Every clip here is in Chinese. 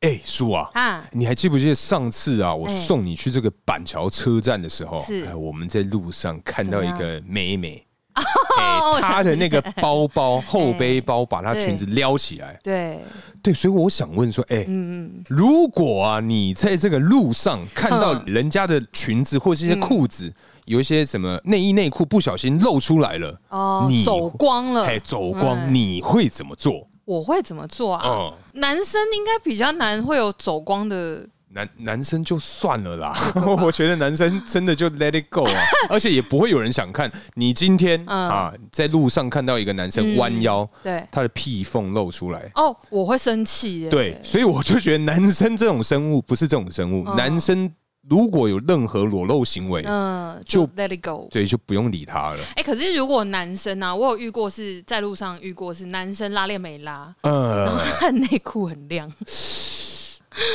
哎、叔啊，啊，你还记不记得上次啊，我哎送你去这个板桥车站的时候，是哎哎我们在路上看到一怎么个妹妹，我 哎想她的那个起来包包后背包把她对裙子撩起来，对，对，所以我想问说，哎，嗯嗯，如果啊你在这个路上看到嗯人家的裙子或是一些裤子，有一些什么内衣内裤不小心露出来了，哦你，走光了，哎，走光，哎你会怎么做？我会怎么做啊？嗯，男生应该比较难会有走光的，男男生就算了啦， 我觉得男 生真的就 let it go 啊，而且也不会有人想看你今天、嗯啊在路上看到一个男生弯腰，对。他的屁缝露出来。哦，我会生气耶。对，所以我就觉得男生这种生物不是这种生物，嗯男生如果有任何裸露行为，嗯，就就 let it go。对，就不用理他了。 哎、可是如果男生啊，我有遇过是在路上遇过是男生拉链没拉，呃，他的 内裤很亮，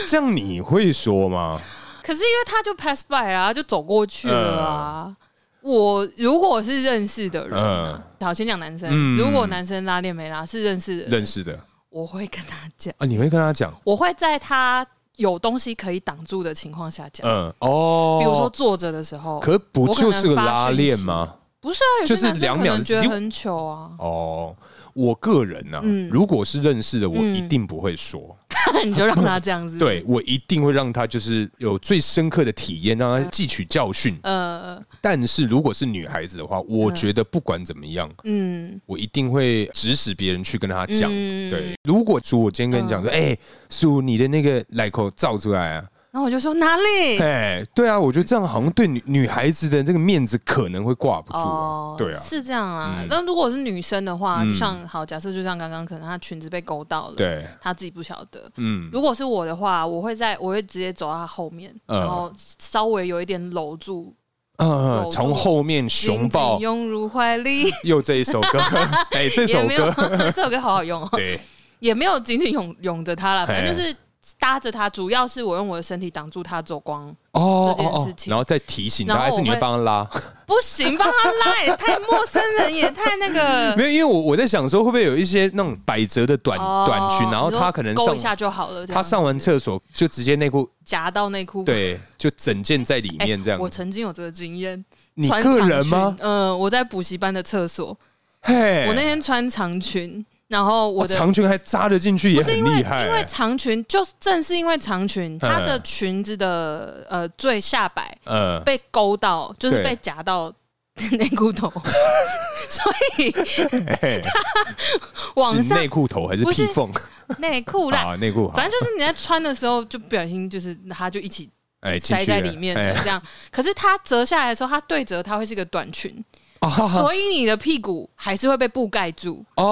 这样你会说 吗？可是因为他就 pass by 啊，就走过去了啊。嗯我如果是认识的人、啊，好先讲男生、嗯如果男生拉链没拉是认识的人，认识的我会跟他讲，啊，你会跟他讲，我会在他有东西可以挡住的情况下讲、嗯，哦，比如说，坐着的时候，可不我可能就是个发拉讯链息吗？不是啊，有些就是男生两可秒能觉得咻很 糗啊，哦，我个人呢、嗯如果是认识的，我嗯一定不会说，你就让他这样子，对，我一定会让他就是有最深刻的体验，让他汲取教训。呃，但是如果是女孩子的话，我觉得不管怎么样，嗯，我一定会指使别人去跟他讲。嗯对，如果叔，我今天跟你讲说，哎、叔，你的那个奶口照出来啊，然后我就说哪 里？哎、对啊，我觉得这样好像对女女孩子的这个面子可能会挂不住、啊，对啊，哦是这样啊嗯。但如果是女生的话，嗯就像好，假设就像刚刚，可能她裙子被勾到了，，对，她自己不晓得。嗯，如果是我的话，我会在我会直接走到她后面，嗯然后稍微有一点搂住，呃搂，住从后面熊抱紧紧。拥入怀里。又这一首 歌，哎、 这也首没有歌， 这首歌好好用哦， 对，也没有紧紧拥拥着她啦，反正哎就是搭着她，主要是我用我的身体挡住她走光。哦这件事情然后再提醒他，然后还我是你会会帮他拉？不行，帮他拉也太陌生人，也太那个。没有，因为我我在想说，会不会有一些那种百褶的短、哦 短裙，然后你说他可能勾哦一上下就好了。这样他上完厕所就直接内裤，夹到内裤，对，就整件在里哎，面这样。我曾经有这个经验。你穿个长人吗裙？？嗯、我在补习班的厕所，嘿，我那天穿长裙，然后我哇的、长裙还扎得进去，也不是很因为厉害。因为长裙，就是正是因为长裙，它的裙子的呃最下摆呃，被勾到，就是对被夹到 内 裤头，所以 嘿往是上内裤头还是不屁是缝内裤啦。啊？内裤好反，正就是你在穿的时候，就不小心就是它就一起哎，进塞去在了里面哎的这样。可是它折下来的时候，它对折它会是一个短裙，哦所以你的屁股还是会被布盖住，哦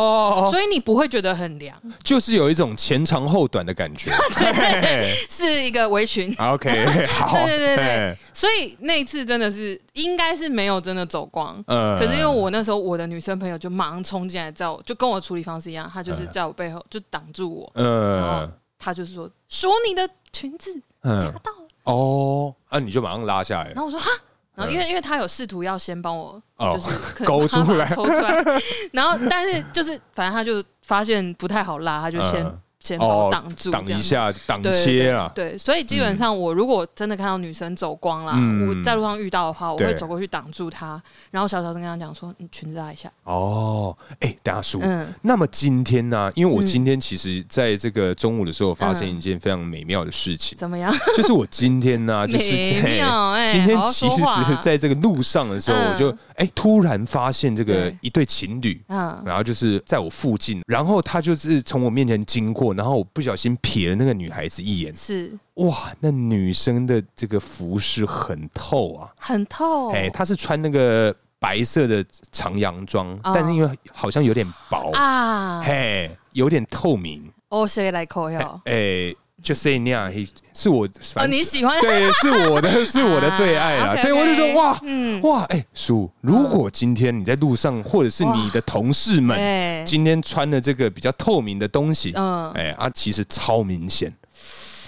哦，所以你不会觉得很凉，就是有一种前长后短的感 觉。嘿是一个围裙。 啊 OK，好，对对对对哎，所以那一次真的是应该是没有真的走光。呃可是因为我那时候我的女生朋友就马上冲进来，在我就跟我处理方式一样，她就是在我背后就挡住我，呃她就是说数你的裙子夹嗯到了，哦，啊，你就马上拉下来然，后我说哈，然后因为因为她有试图要先帮我嗯哦就是可 能勾把它出 来抽出来，然后但是就是反正她就发现不太好拉，她就先嗯先帮哦我挡住，挡这样一下，挡对切啊，对，对所以基本上我如果真的看到女生走光啦，嗯我在路上遇到的话，我对会走过去挡住她，然后小小声跟她讲说：“你裙子拉一下。哦，哎，大叔。嗯那么今天呢、因为我嗯今天其实在这个中午的时候发现嗯一件非常美妙的事”情，怎么样？ 就是我今天呢、就是美妙哎今天好好其说实话啊是在这个路上的时候，嗯我就哎、突然发现这个对一对情侣，嗯，然后就是在我附近，然后他就是从我面前经过，然后我不小心瞥了那个女孩子一眼，是哇，那女生的这个服饰很透啊，很透，哎、她是穿那个白色的长洋装，哦但是因为好像有点薄，啊，嘿，有点透明，我谁来扣哟？哎、就是那样，嘿是我哦，反正你喜欢？对，是我 的，是我的最爱啦。啊，OK，OK 对，我就说哇。嗯，哇，哎、叔，如果今天你在路上，或者是你的同事们，哎，今天穿的这个比较透明的东西，嗯，哎啊，其实超明显，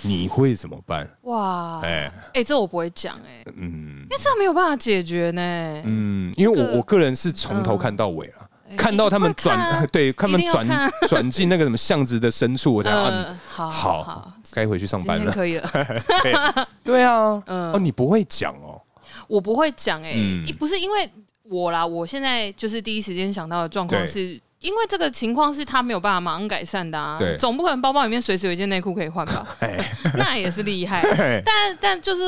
你会怎么办？哇，哎，哎，这我不会讲，哎，嗯因为这没有办法解决呢。嗯，因为这个嗯我我个人是从头看到尾了，看到他们一定会看转，啊 对，看他们一定要转看转进那个什么巷子的深处，我才嗯，嗯，好好好，该回去上今班天了。可以了。对 对啊，嗯哦，你不会讲哦，我不会讲哎、嗯一不是因为我啦，我现在就是第一时间想到的状况对是。因为这个情况是他没有办法马上改善的啊对，总不可能包包里面随时有一件内裤可以换 吧？哎，那也是厉害。 嘿但但就是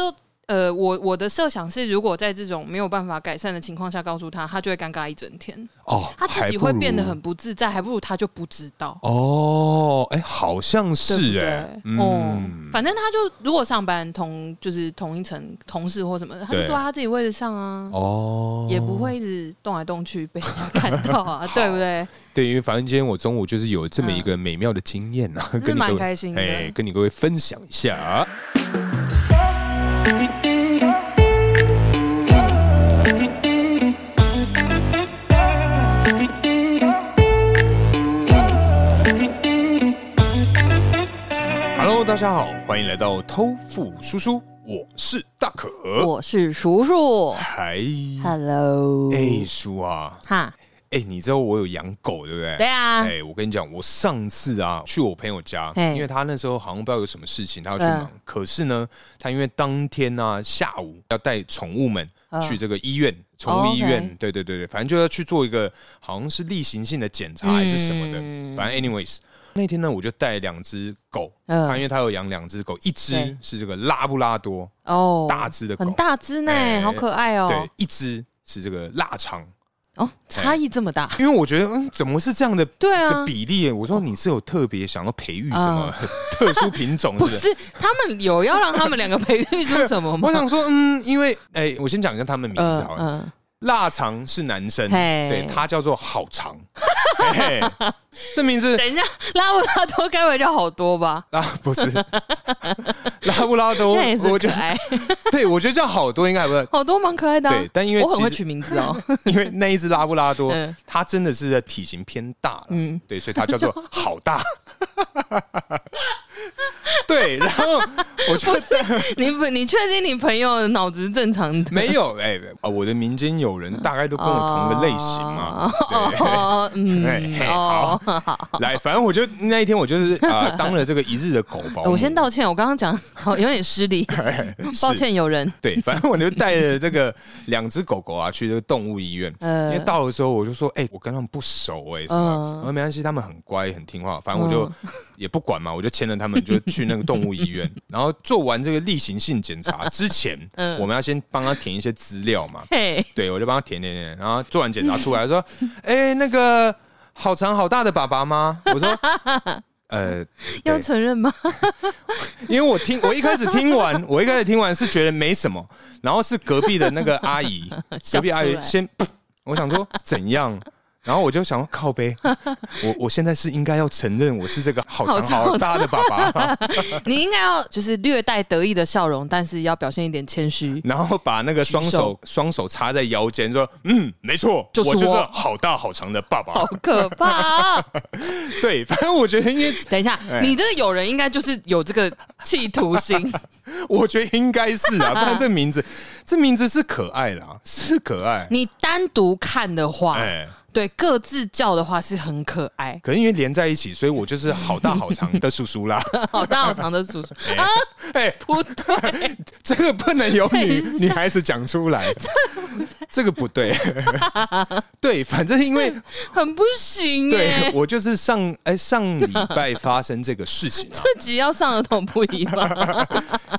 呃，我我的设想是，如果在这种没有办法改善的情况下告诉他，他就会尴尬一整天，哦，他自还己不会如变得很不自在，还不如他就不知道，哦，哎，好像对是不哎对，？哦，反正他就如果上班同就是同一层同事或什么的，他就对坐在他自己位置上啊。哦，也不会一直动来动去被人家看 到啊，对不对？对，因为反正今天我中午就是有这么一个美妙的经验啊，嗯是跟你蛮各位开心的哎，跟你各位分享一下啊。Hello，大家好，欢迎来到偷富叔叔，我是大可。我是叔叔嗨，哦，Hello，哎，叔啊，哈，哎，你知道我有养狗对不对？对啊哎、，我跟你讲，我上次啊去我朋友家，嘿因为他那时候好像不知道有什么事情，他要去嗯忙。可是呢，他因为当天呢、啊、下午要带宠物们嗯去这个医院，宠物医院，哦，OK 对对对对，反正就要去做一个好像是例行性的检查还是什么的。嗯反正 anyways，那天呢我就带两只狗，嗯他因为他有养两只狗，一只对是这个拉布拉多哦大只的狗，很大只呢哎，好可爱哦对，，一哎只是这个腊肠。哦，差异这么大，因为我觉得，嗯，怎么是这样的对这啊，比例，我说你是有特别想要培育什么 特殊品种，是嗯不不是？是他们有要让他们两个培育出什么 吗我？想说，嗯，因为哎、我先讲一下他们名字好了。嗯，腊肠是男生，嘿对他叫做好肠，嘿 嘿这名字等一下，拉布拉多该不会叫好多吧？啊不 是拉布拉多，那也是我觉可得爱，对我觉得这样好多应该还不是，好多蛮可爱的啊。对但因为我很其会实取名字哦， 因为那一只拉布拉多嗯，它真的是体型偏大了，嗯对，所以它叫做好大。 对，然后我就你不，你确定你朋友脑子正常 的？没有，哎、啊我的民间友嗯人大概都跟我同一个类型嘛。对 哦，嘿嗯嘿，哦，来，反正我就那一天，我就是 啊、呃当了这个一日的狗保姆。我先道歉，我刚刚讲好有点失礼， 是抱。歉，有人。对，反正我就带着这个两只狗狗啊去这个动物医院。因 呃为到的时候我就说，哎、我跟他们不熟哎、什么嗯，然后没关系，他们很乖很听话，反正我就也不管嘛，我就牵着他们就去那个动物医 院，然后做完这个例行性检查之前，嗯我们要先帮他填一些资料嘛，嘿，对，我就帮他填填填，然后做完检查出来说，哎、那个好长好大的爸爸吗？我说，呃，要对承认吗？ 因为我听我一开始听完，我一开始听完是觉得没什么，然后是隔壁的那个阿姨，隔笑壁阿出姨来先，我想说怎样。然后我就想说靠背，我我现在是应该要承认我是这个好长好长好大的爸爸，你应该要就是略带得意的笑容，但是要表现一点谦虚。然后把那个双手双手插在腰间说，嗯，没错，就是我就是我好大好长的爸爸好。可怕、啊 对，反正我觉得因为等一下，哎你这个友人应该就是有这个企图心， 我觉得应该是 啊，不然这名字，这名字是可爱啦，是可爱。你单独看的话，哎，对各自叫的话是很可爱。 可能因为连在一起，所以我就是好大好长的叔叔 啦。好大好长的叔 叔，哎，不对，这个不能由女等一下女孩子讲出 来，这个不对。对，反正因为很不行对耶。我就是上哎上礼拜发生这个事情 啊，这集要上儿童不 宜吧？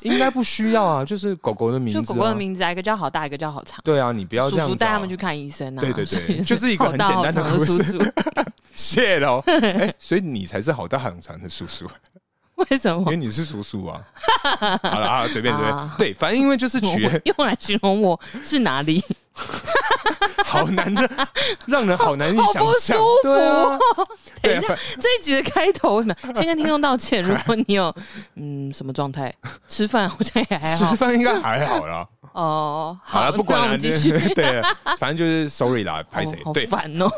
应该不需要啊，就是狗狗的名字就啊，狗狗的名字啊，一个叫好大，一个叫好长。对啊，你不要这叔样叔子带啊。他们去看医生啊。对对对 所以就是一个很简单的好大好长故事叔叔， 谢 喽。哎，所以你才是好大好长的叔叔。为什因 么为？你是叔叔啊。好了啊，随便随便啊，对，反正因为就是取用来形容我是哪里？ 好难的，让人好难以想好不舒象服。对啊，等 对一啊，下反，这一集的开头呢，先跟听众 道歉。如果你有嗯什么状态，吃饭好像也还好吃饭应该还好 啦。哦。好了，不管那了我，们继就 续。对，啊反正就是 sorry 啦，拍谁哦？好对烦哦！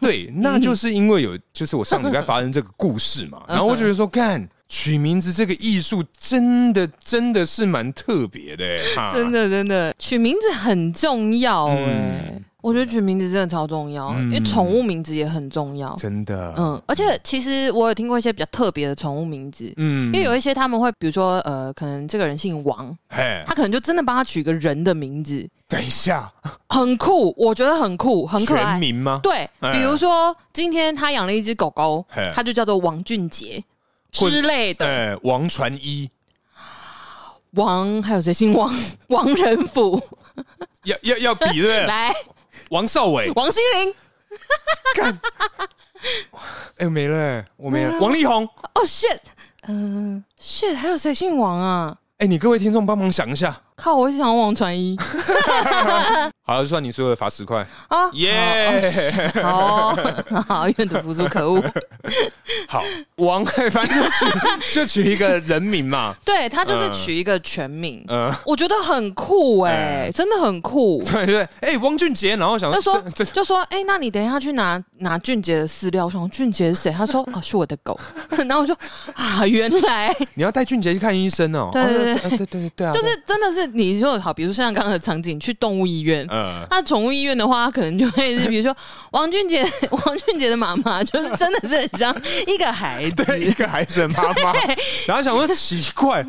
对，那就是因为有，就是我上礼拜发生这个故事 嘛，嗯然后我觉得说，干取名字这个艺术真的真的是蛮特别的，哈真。的真的，取名字很重要哎、啊嗯我觉得取名字真的超重要，嗯因为宠物名字也很重要。真的，嗯，而且其实我有听过一些比较特别的宠物名字，嗯嗯因为有一些他们会，比如说呃，可能这个人姓王，嘿，他可能就真的帮他取个人的名字，等一下，很酷，我觉得很酷，很可全爱。名吗？对，哎比如说今天他养了一只狗狗嘿，他就叫做王俊杰或之类的。哎，王传一，王还有谁姓王？ 王仁甫，要要要比对不对？来，王少 伟，王心凌，干，哎没了欸，我没没了。了王力宏，哦 shit，嗯 shit，还有谁姓王啊？哎，你各位听众帮忙想一下，靠，我一直想要王传一好，就算你输了，罚十块。啊！耶，好哦，好， 愿赌服输，可恶。 好，王，反正就取就取一个人名嘛，对他就是取一个全名，嗯。我觉得很酷哎、真的很 酷。对对，哎、王俊杰，然后想他说这这就说，哎、那你等一下去拿拿俊杰的饲料。我想俊杰是谁？他说，哦，是我的狗。 然后我说，啊，原来你要带俊杰去看医生哦。对对哦对对对对啊，就对是真的是你说好，比如说像刚刚的场景，去动物医院。呃，那宠物医院的话，它可能就会是，比如 说王俊杰，王俊杰的妈妈就是真的是很像 一个孩子，对一个孩子的妈妈，然后想说奇怪，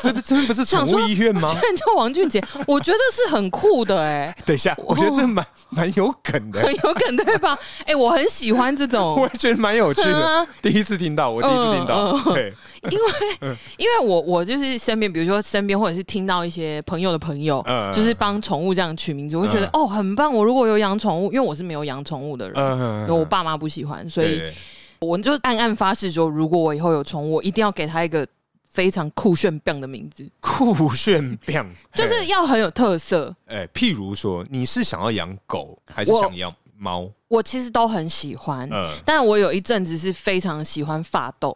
这这边不是宠想物说医院吗居？然叫王俊杰，我觉得是很酷的哎、等一下，我觉得这蛮蛮有梗的很， 有梗对吧？哎、我很喜欢这 种，我也觉得蛮有趣 嗯的啊，第一次听到，我第一次听嗯到，对，因嗯为因为我我就是身边，比如说身边或者是听到一些朋友的朋友，嗯就是帮宠物这样取名字，我就觉嗯得、哦很棒。我如果有养宠物，因为我是没有养宠物的人。嗯有我爸妈不喜欢，所对以对我就暗暗发誓说，如果我以后有宠物，我一定要给它一个非常酷炫棒的名字，酷炫棒，就是要很有特色。哎，哎譬如说，你是想要养狗还是我想养猫？我其实都很喜欢，嗯，但我有一阵子是非常喜欢发豆，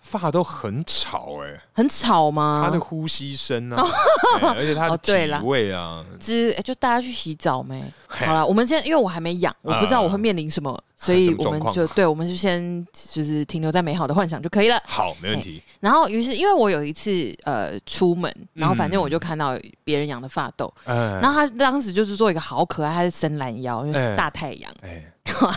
发都很吵哎，很吵吗？它的呼吸声啊，哎而且它的啊 哦对啦体味啊，之、欸就大家去洗澡没？嘿好了，我们现在因为我还没养，我不知道我会面临什么，所以什么我状们况就对，我们就先就是停留在美好的幻想就可以了。好，没问题。然后，于是因为我有一次呃出门，然后反正我就看到别人养的发豆，嗯，然后他当时就是做一个好可爱，他是伸懒腰，因为是哎大太阳， 哎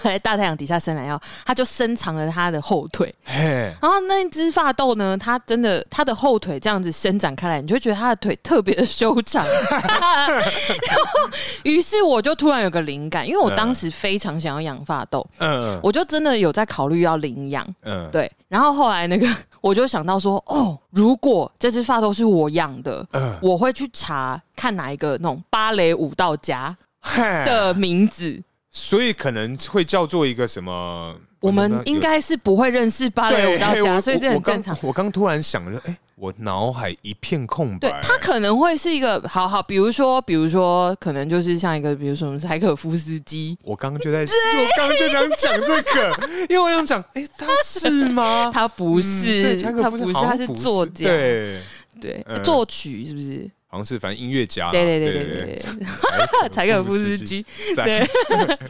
在大太阳底下伸懒腰，他就伸长了他的后腿。嘿，然后那只发豆呢，它真的它的后腿这样子伸展开来，你就会觉得它的腿特别的修长。 然后，于是我就突然有个灵感，因为我当时非常想要养发豆，嗯我就真的有在考虑要领养。嗯，对，然后后来那个我就想到说，哦，如果这只发豆是我养的，嗯我会去查看哪一个那种芭蕾舞蹈家嘿，的名字。所以可能会叫做一个什么？我们应该是不会认识芭蕾舞蹈对嘿家，我所以这我很我刚正常。我刚突然想着，哎，我脑海一片空对白。他可能会是一个好好，比如说，比如说，可能就是像一个，比如说什么柴可夫斯基，我刚刚就在，我刚刚就想讲这个，因为我想讲，哎，他是吗？ 他不嗯是，对柴可他夫不斯是，好他像是不作家，对，对嗯作曲是不是？好像是反正音乐家啦，对对对对对对，柴可夫斯，基，柴对在，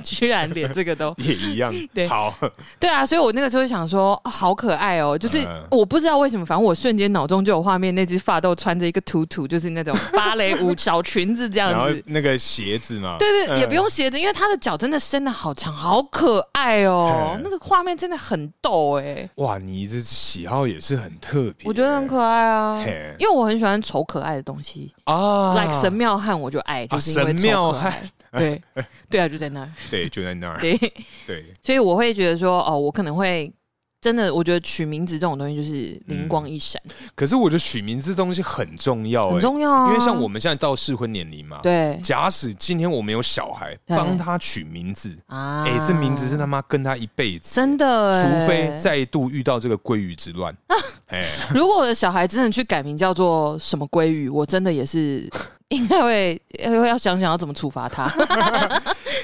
居然连这个都也一样 对，好，对啊，所以我那个时候想说，哦好可爱哦，就是嗯我不知道为什么，反正我瞬间脑中就有画面，那只发豆穿着一个图图，就是 那种芭蕾舞小裙子这然后样子。那个鞋子嘛，对对，也不嗯用鞋子，因为他的脚真的伸的好长，好可爱哦嘿，那个画面真的很逗哎、哇，你这喜好也是很特别，我觉得很可爱啊嘿，因为我很喜欢丑可爱的东西、啊 l i k e 神庙汉我就爱，就是因为神庙丑可 爱， 对对啊，就在那儿， 对，就在那儿，对，对，所以我会觉得说，哦，我可能会真的，我觉得取名字这种东西就是灵光嗯一闪，可是我觉得取名字东西很重要、欸，很重要、啊，因为像我们现在到适婚年龄嘛，，对嗯假使今天我们有小孩，对帮他取名字，啊，哎、这名字是他妈跟他一辈子，真的、欸，除非再度遇到这个鲑鱼之 乱，哎、如果我的小孩真的去改名叫做什么鲑鱼，我真的也是 应该会要要想想要怎么处罚 他。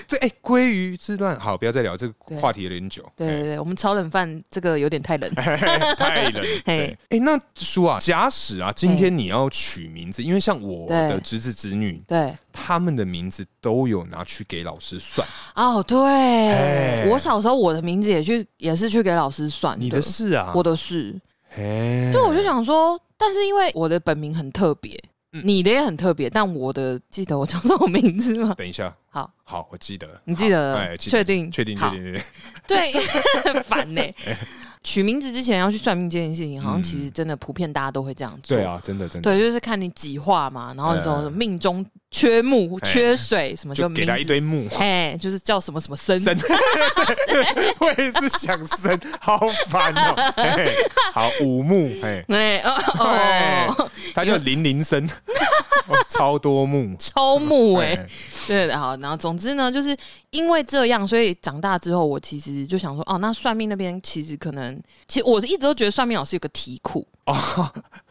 这哎鲑鱼之乱，好，不要再聊这个对话题有点久，对对对，我们炒冷饭这个有点太 冷。哎太 冷。对，哎、那叔啊，假使啊，今天你要取名字，因为像我的对侄子侄女，对，他们的名字都有拿去给老师算，哦，对嘿，我小时候我的名字也去也是去给老师算哎你的是啊，我的是，哎，所以我就想说，但是因为我的本名很特别，嗯你的也很特别，但我的记得我叫什么名字吗？等一下，好，好，我记得，你记得好了哎，记确定确定，确嗯好定，确定。对，很 烦呢、 取名字之前要去算命这件事情，好像其实真的普遍大家都会这样嗯做。对啊，真的，真的，对，就是看你几画嘛，然后你哎说命中缺木、哎 缺水什么，就名给他一字，堆木，哎、就是叫什么什么生。生，对， 我也是想生，好烦哦、嘿好五木，哎、哎 哦对，哦，他就零零生， 哦超多木。超木哎、哎对的，好，然后总之呢，就是因为这样，所以长大之后，我其实就想说，哦，那算命那边其实可能，其实我一直都觉得算命老师有个题库，哦，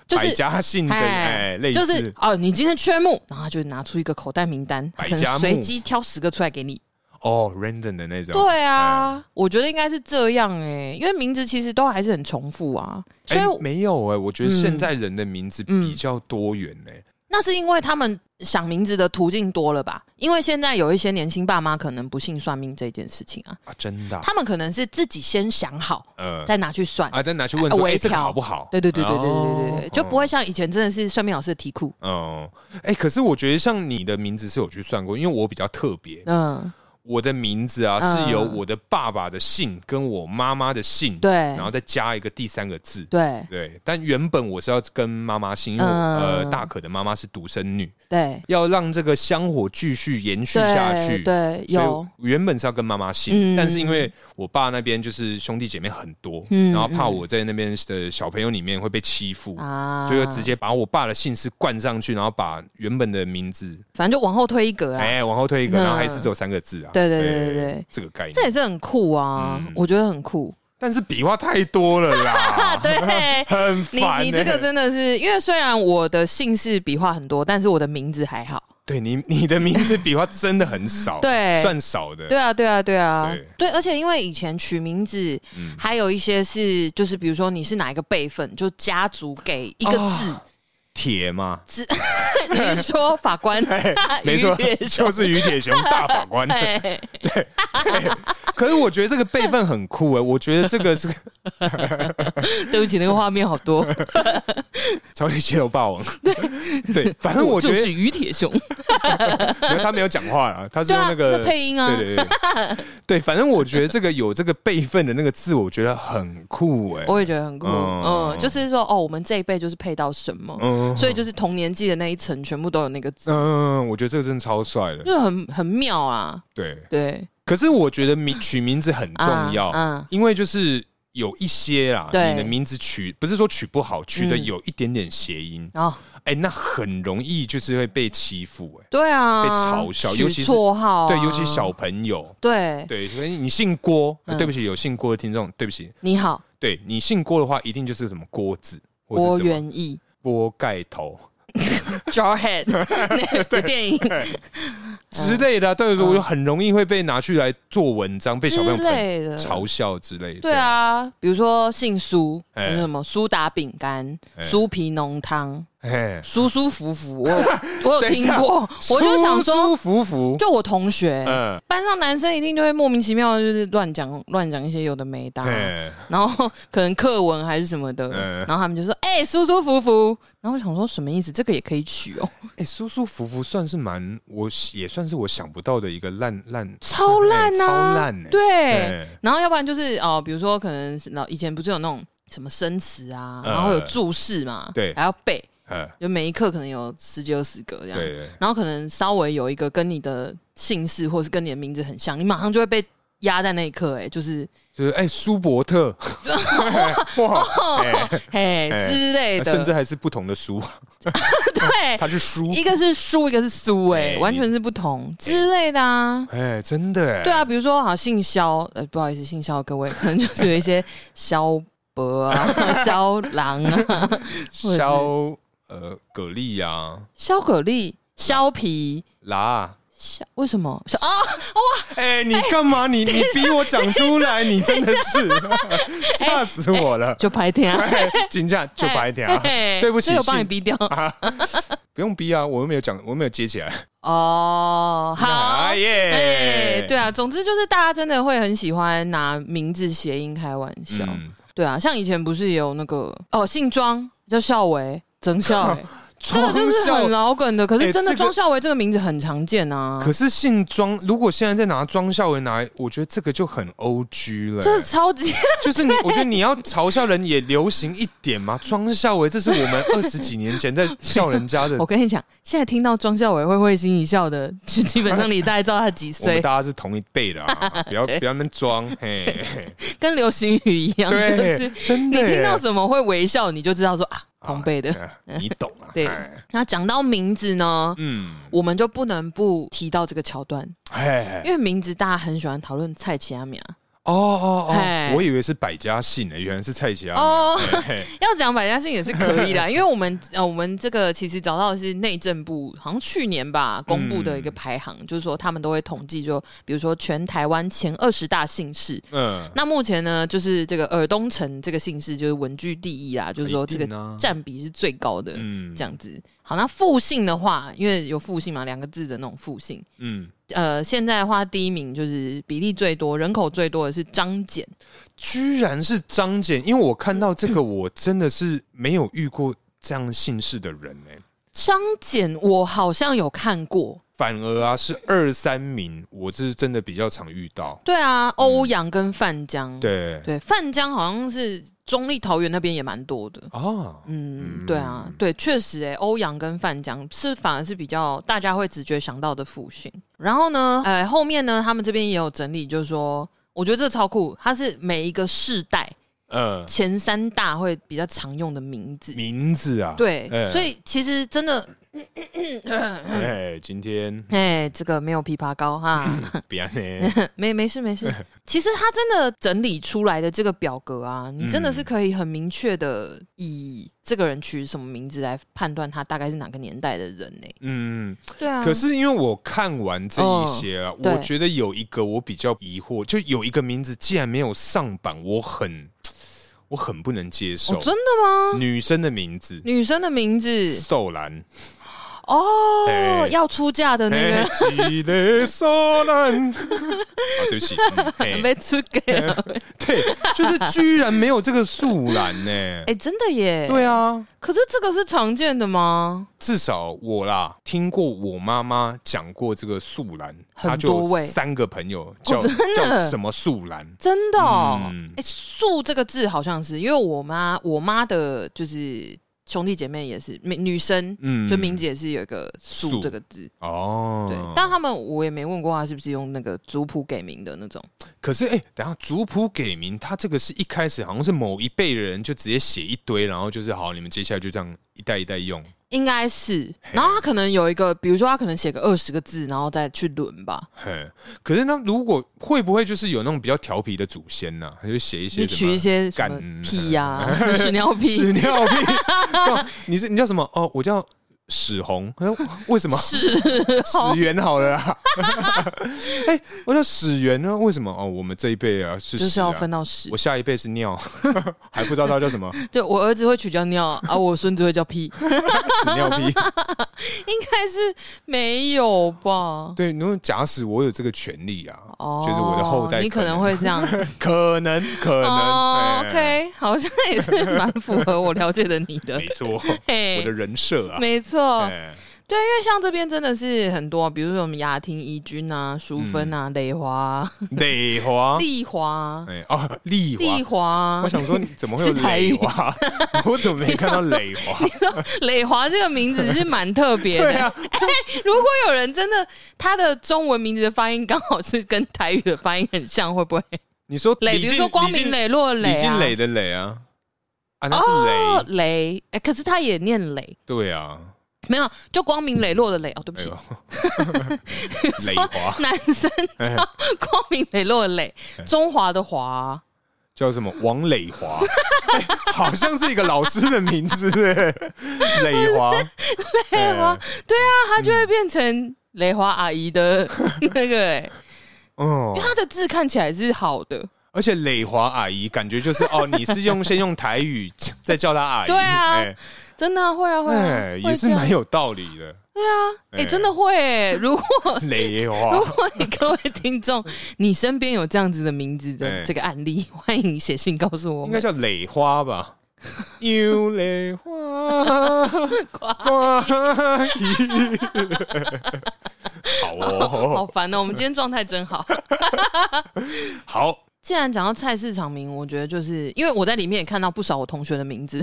就百是家姓跟哎、类就似，是哦，你今天缺木，然后他就拿出一个口袋名单，百可家木能随机挑十个出来给你。哦，random 的那种。哎对啊，我觉得应该是这样哎、因为名字其实都还是很重复啊，所哎，以、没有哎、我觉得现在人的名字嗯比较多元哎呢、那是因为他们想名字的途径多了吧？因为现在有一些年轻爸妈可能不信算命这件事情啊，啊，真的啊、他们可能是自己先想好，呃，再拿去算。啊，再拿去问说，呃哎、微这个调好不好？对对对对对对对对，哦就不会像以前真的是算命老师的题库。哦，哎、可是我觉得像你的名字是有去算过，因为我比较特别，嗯，我的名字啊嗯是由我的爸爸的姓跟我妈妈的姓，对然后再加一个第三个字。对对，但原本我是要跟妈妈姓，因为我、嗯呃大可的妈妈是独生女，对要让这个香火继续延续下去嗯对，对，所以有原本是要跟妈妈姓，嗯但是因为我爸那边就是兄弟姐妹很多，嗯然后怕我在那边的小朋友里面会被欺负，啊所以就直接把我爸的姓氏冠上去，然后把原本的名字反正就往后推一格啦。哎、往后推一个，嗯然后还是只有三个字啊。对对对对对，这个概这念也。是很酷啊，嗯我觉得很 酷。但是笔画太多了 啦，对，很你烦欸。你这个真的是，因为虽然我的姓氏笔画很多，但是我的名字还好。对你你的名字笔画真的很少， 对算少的。对啊，对啊，对啊，对嗯对，而且因为以前取名字，还有一些是就是比如说你是哪一个辈分，就家族给一个字，啊铁嘛， 你是说 法官没错于铁，雄就是于铁雄大法官。 哎，可是我觉得这个辈分很酷哎，我觉得这个是 对不起，那个画面好多。超级街头霸王。对对，反正我觉就得是于铁雄，没有他没有讲话啊，他是对用啊那个那配音啊对对对 对，反正我觉得这个有这个辈分的那个字，我觉得很酷哎。我也觉得很酷。嗯嗯，就是说哦，我们这一辈就是配到什么，嗯所以就是同年纪的那一层全部都有那个字，嗯，我觉得这个真的超帅的。就是很很妙啊。对，对，可是我觉得名取名字很重要，啊啊因为就是有一些啦，对你的名字取不是说取不好，取的嗯有一点点谐音，哦，哎、那很容易就是会被欺负、哎、对啊，被嘲笑取尤其是绰号啊，对，尤其小朋友，对，对，所以你姓郭，嗯对不起，有姓郭的听众，对不起，你好，对你姓郭的话，一定就是什么郭子，或郭是什么元义锅盖头，Jarhead 那个电影之类嗯的啊、对，我就很容易会被拿去来做文章， 被小朋友之朋友类的，嘲笑之类的，对啊，比如说姓苏，哎还有什么苏打饼干、酥皮浓汤、对，哎，舒舒 服服，我有我有等一听下过，我就想说，舒舒服服，就我同学，嗯，班上男生一定就会莫名其妙地就是乱讲乱讲一些有的没的啊、哎，然后 可能课文还是什么的，嗯然后他们就说：“哎、舒舒服服。”然后我想说什么意思？这个也可以取哦，哎，舒舒服服算是蛮，我也算是我想不到的一个烂烂， 超烂哎啊，超烂哎对。哎然后要不然就是哦、比如说可能是老以前不是有那种什么生词啊，嗯然后有注释嘛，对还要背，嗯，就每一课可能有十几二十个这样。对对然后可能稍微有一个跟你的姓氏或是跟你的名字很像，你马上就会被压在那一刻、哎，就是就是哎，舒伯特， 哇，哎嘿哎之类的，甚至还是不同的书， 对，它是书，一个是书，一个是苏，哎哎，完全是不同之类的啊。哎，真的，哎对，啊，比如说好姓肖，呃，不好意思，姓肖的各位，可能就是有一些肖伯 啊、肖郎啊、或者是削呃蛤蜊呀、肖可丽、肖皮、辣啊。肖为什么？肖啊，哎、你干嘛？你你逼我讲出来，你真的是哎吓死我了！就拍天啊，哎，金价就白点啊，嘿对不起这个我帮你姓啊逼掉不用逼啊，我又没有讲，我又没有接起来。哦。好啊。耶哎，对啊，总之就是大家真的会很喜欢拿名字谐音开玩笑，嗯 对啊，像以前不是也有那个哦，姓庄叫孝维，曾孝维，这个就是很老梗的，可哎是真的这个庄孝维这个名字很常见啊，可是姓庄，如果现在再拿庄孝文拿来，我觉得这个就很 O G 了、欸这超级就是你，我觉得你要嘲笑人也流行一点嘛。庄孝文，这是我们二十几年前在笑人家的 我，跟你讲，现在听到庄孝伟会会心一笑的， 就基本上你大概知道他几 我们岁，大家是同一辈的、啊，不要不 对要在那边装，嘿， 跟流行语一样，就是对，真你的耶，听到什么会微笑，你就知道说啊，同辈的。啊，你懂啊， 对哎那讲到名字呢，嗯，我们就不能不提到这个桥段，哎，因为名字大家很喜欢讨论蔡奇阿米啊。哦哦哦哎，我以为是百家姓呢，原来是蔡奇啊。哦，嘿要讲百家姓也是可 以的，因为我们呃，我们这个其实找到的是内政部，好像去年吧公布嗯的一个排行，就是说他们都会统计说，比如说全台湾前二十大姓氏，嗯，那目前呢，就是这个尔东城这个姓氏就是稳居第一啊， 就是说这一定啊个占比是最高的，嗯这样子。好，那复姓的话，因为有复姓嘛，两个字的那种复姓。嗯，呃，现在的话，第一名就是比例最多、人口最多的是张简，居然是张简，因为我看到 这个，我真的是没有遇过这样姓氏的人欸呢。张简我好像有看过，反而啊，是二三名，我是真的比较常遇到。对啊，欧阳跟范江，嗯对，对，范江好像是中立桃园那边也蛮多的。哦，嗯，对啊，对，确实、欸，欧阳跟范江是反而是比较大家会直觉想到的复姓。然后呢，呃，后面呢，他们这边也有整理，就是说，我觉得这超酷，它是每一个世代嗯，前三大会比较常用的名字。名字啊，，对，哎所以其实真的，哎，今 天哎、这个没有枇杷 膏哈，别 呢，没没事没事。哎其实它真的整理出来的这个表格啊，你真的嗯是可以很明确的以这个人取什么名字来判断他大概是哪个年代的人欸呢、嗯，对啊，可是因为我看完这一些啊，哦对我觉得有一个我比较疑惑，就有一个名字既然没有上榜，我很我很不能接受。哦、真的吗？女生的名字女生的名字寿兰，哦，哎要出嫁的那哎个、记得寿兰。 啊，对不起，嗯嘿被出给了，对，就是居然没有这个素兰呢、 哎、真的耶。对啊，可是这个是常见的吗？至少我啦听过我妈妈讲过这个素兰，很她多就位哦三个朋友叫、真的叫什么素兰，真的哦，哎、嗯素这个字好像是，因为我妈我妈的就是兄弟姐妹也是女女生，嗯就名字也是有一个素嗯素这个字。哦，对，但他们我也没问过他是不是用那个族谱给名的那种，可是，哎、等一下族谱给名，他这个是一开始好像是某一辈的人就直接写一堆，然后就是好，你们接下来就这样一代一代用。应该是。然后他可能有一个，比如说他可能写个二十个字，然后再去轮吧。嘿，可是那如果会不会就是有那种比较调皮的祖先呢、他就写一些你什么取一些什干嗯么屁呀、 屎尿屎屁、尿 屁，干你是你叫什么？哦，我叫史红。哎为什么屎，史源好了啦？ 哎、我叫史源呢？为什么？哦，我们这一辈啊是、屎就是要啊分到屎我。下一辈是尿， 还不知道他叫什么对我儿子会取叫尿啊，我孙子会 叫屁，屎尿屁。应该是没有吧？对，如果假使我有这个权利啊，哦，就是我的后代，你可能会这样。可能， 可能，哦哎，OK，好像也是蛮符合我了解的你的没。 错，嘿我的人设啊，没错，哎对，因为像这边真的是很多，啊比如说我们雅婷、怡君啊、淑嗯芬啊、蕾华啊、 磊华，丽华啊、哎哦，丽丽华，华啊我，想说你怎么会有是台语磊华？ 我怎么没看到磊华？ 蕾华这个名字是蛮特 别的对。啊， 如果有人真的他的中文名字的发音刚好是跟台语的发音很像，会不会你说磊？李比静如说光明，磊落的李磊静李静啊，磊的磊啊，啊，那哦是磊，磊，哎、可是他也念磊，对啊，没有就光明磊落的磊哦，对不哎起，呦，磊华男生叫光明磊落的磊，哎中华的华啊，叫什么？王磊华。 哎好像是一个老师的名字，哎磊华，磊哎华，对啊，他就会变成磊华阿姨的那嗯个、哎，哦，他的字看起来是好的，而且磊华阿姨感觉就是哦，你是用先用台语再叫她阿姨，对啊哎真的啊、会啊会啊，哎会也是这样蛮有道理的。对啊，哎、哎真的会、哎如果磊 如华，果你各位听众，你身边有这样子的名字的哎这个案例，欢迎写信告诉我应该们。 叫磊花吧？有泪花花雨。好 好哦，烦哦！我们今天状态真好。好， 既然讲到菜市场名，我觉得就是因为我在里面也看到不少我同学的名字，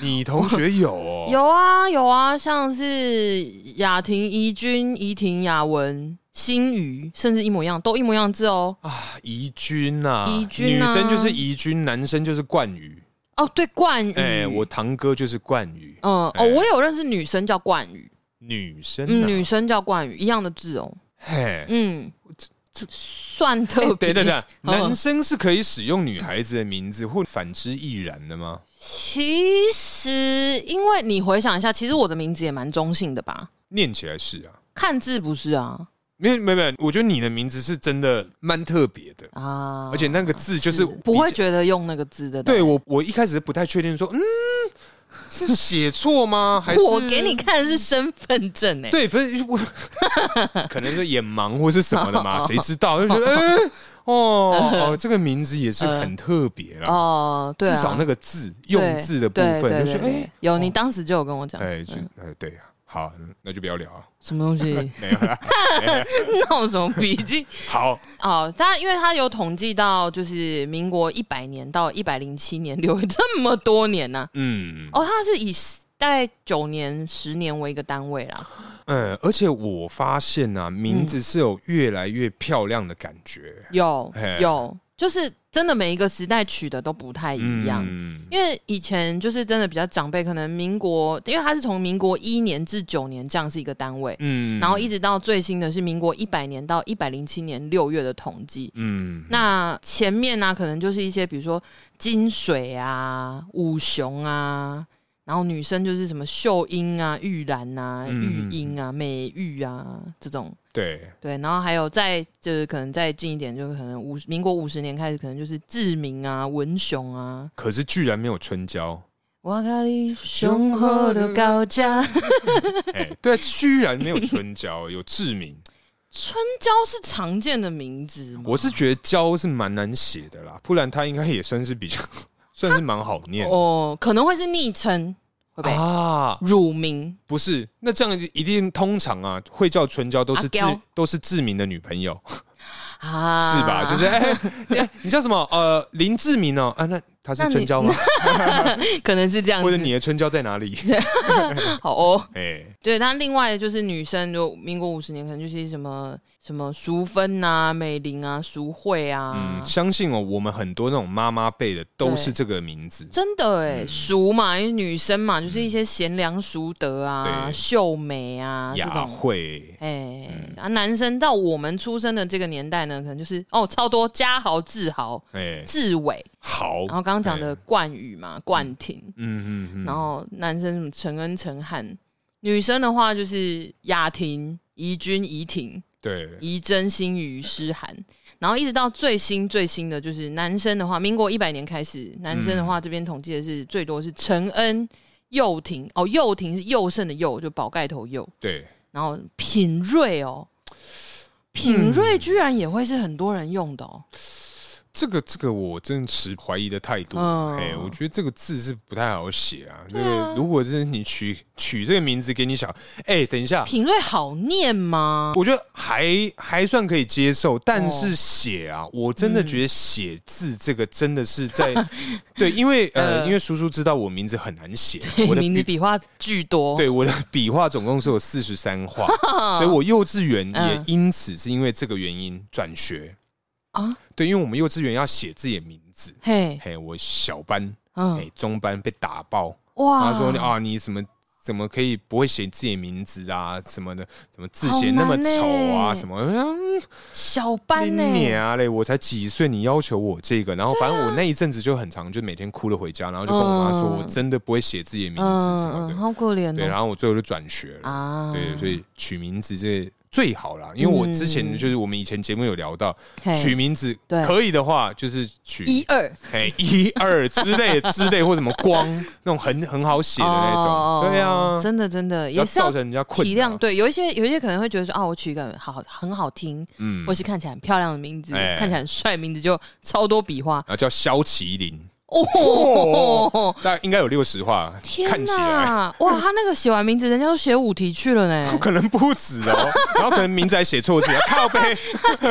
你同学有哦？有啊有啊，像是雅婷、怡君、怡婷、雅文、新宇，甚至一模一样，都一模一样字哦。啊，怡君呐，怡君啊女生就是怡君，男生就是冠宇。哦，对，冠宇，哎，我堂哥就是冠宇，嗯哎哦，我有认识女生叫冠宇，女生嗯，啊女生叫冠宇，一样的字哦，嘿。嗯，算特哎别。等等等，嗯男生是可以使用女孩子的名字或反之亦然的吗？其实，因为你回想一下，其实我的名字也蛮中性的吧？念起来是啊，看字不是啊没有没有没有，我觉得你的名字是真的蛮特别的，啊，而且那个字就是不会比较。觉得用那个字的。对，我，我一开始不太确定说，嗯，是写错吗？还是我给你？看的是身份证哎、对，不是 我，可能是眼盲或是什么的嘛，谁知道？就 觉得，哎、哦哦，这个名字也是很特别啦。嗯哦，对、啊，至少那个字用字的部分，对对就对是对嗯哎有你当时就有跟我讲，哎，就哎对啊，好，那就不要聊啊，什么东西 没有啊啦。 闹什么笔记好，哦，他因为他有统计到，就是民国一百年到一百零七年留这么多年呐、嗯，哦，他是以大概九年、十年为一个单位啦。嗯，而且我发现啊，名嗯字是有越来越漂亮的感觉，有嘿有，就是真的每一个时代取的都不太一样。嗯因为以前就是真的比较长辈，可能民国，因为他是从民国一年至九年这样是一个单位，嗯然后一直到最新的是民国一百年到一百零七年六月的统计。嗯，那前面呢、可能就是一些比如说金水啊、五雄啊，然后女生就是什么秀英啊、玉兰啊、玉嗯英啊、美玉啊这种。对，对，然后还有再就是可能再近一点，就是可能五民国五十年开始，可能就是志明啊、文雄啊，可是居然没有春娇，我甲你上好的高家， 春哎，对啊，居然没有春娇，有志明，娇是常见的名字吗？我是觉得娇是蛮难写的啦，不然他应该也算是比较 算是蛮好念的哦，可能会是昵称，会不会？啊，乳名不是，那这样一定通常啊，会叫春娇都是志阿娇都是志明的女朋友，是啊，吧？就是哎、哎你叫什么？呃，林志明哦，啊，那她是那你春娇吗？可能是这样或者子。你的春娇在哪 里？好哦，哎、对，那另外就是女生，就民国五十年，可能就是什么什么淑芬啊、美玲啊、淑慧啊，嗯，相信哦，我们很多那种妈妈辈的都对是这个名字，真的嗯哎，淑嘛，因为女生嘛，就是一些贤良淑德啊、对秀美啊这雅种。慧。哎、嗯啊，男生到我们出生的这个年代呢，可能就是哦，超多嘉豪、志豪、哎、志伟，好，然后刚刚讲的冠宇嘛、冠廷，嗯嗯嗯，然后男生什么陈恩、陈汉，女生的话就是雅婷、怡君、怡婷、对，怡珍、心宇、诗涵，然后一直到最新最新的就是男生的话，民国一百年开始，男生的话、这边统计的是最多是陈恩、佑廷，哦，佑廷是佑胜的佑，就宝盖头佑。对，然后品瑞哦，品瑞居然也会是很多人用的哦。这个这个我真持怀疑的态度。嗯哎、我觉得这个字是不太好写啊。这啊个如果真是你取取这个名字给你想，哎、等一下，品瑞好念吗？我觉得还还算可以接受，但是写啊，嗯我真的觉得写字这个真的是 在、对，因为呃，呃因为叔叔知道我名字很难写，我的名字笔。笔画巨多。对我的笔画总共是有四十三 画，所以我幼稚园也嗯因此是因为这个原因转学啊啊。对，因为我们幼稚园要写自己的名字，嘿，嘿，我小班，嗯，嘿，中班被打爆，哇，他说你啊，你什么怎么可以不会写自己的名字啊，什么的，怎么字好写那么难丑啊，欸什么，嗯，小班呢、你啊嘞，我才几岁，你要求我这个，然啊后反正我那一阵子就很长，就每天哭着回家，然后就跟我妈说，嗯我真的不会写自己的名字什么嗯，的，好可怜对，哦。然后我最后就转学了，啊，对，所以取名字这最好啦，因为我之前嗯就是我们以前节目有聊到嘿取名字对可以的话，就是取一二哎，一二之类之类，或什么光 那种很很好写的那哦种，对啊，真的真的不要也是造要成人家困体扰谅。，对，有一些有一些可能会觉得说啊，我取一个好很好听，嗯，或然是看起来很漂亮的名字，哎看起来很帅的名字，就超多笔画后叫肖麒麟，哦， 大概应该有六十话，天看起来哪！哇，他那个写完名字，人家都写五题去了 呢。可能不止 哦，然后可能名字还写错字，啊靠背，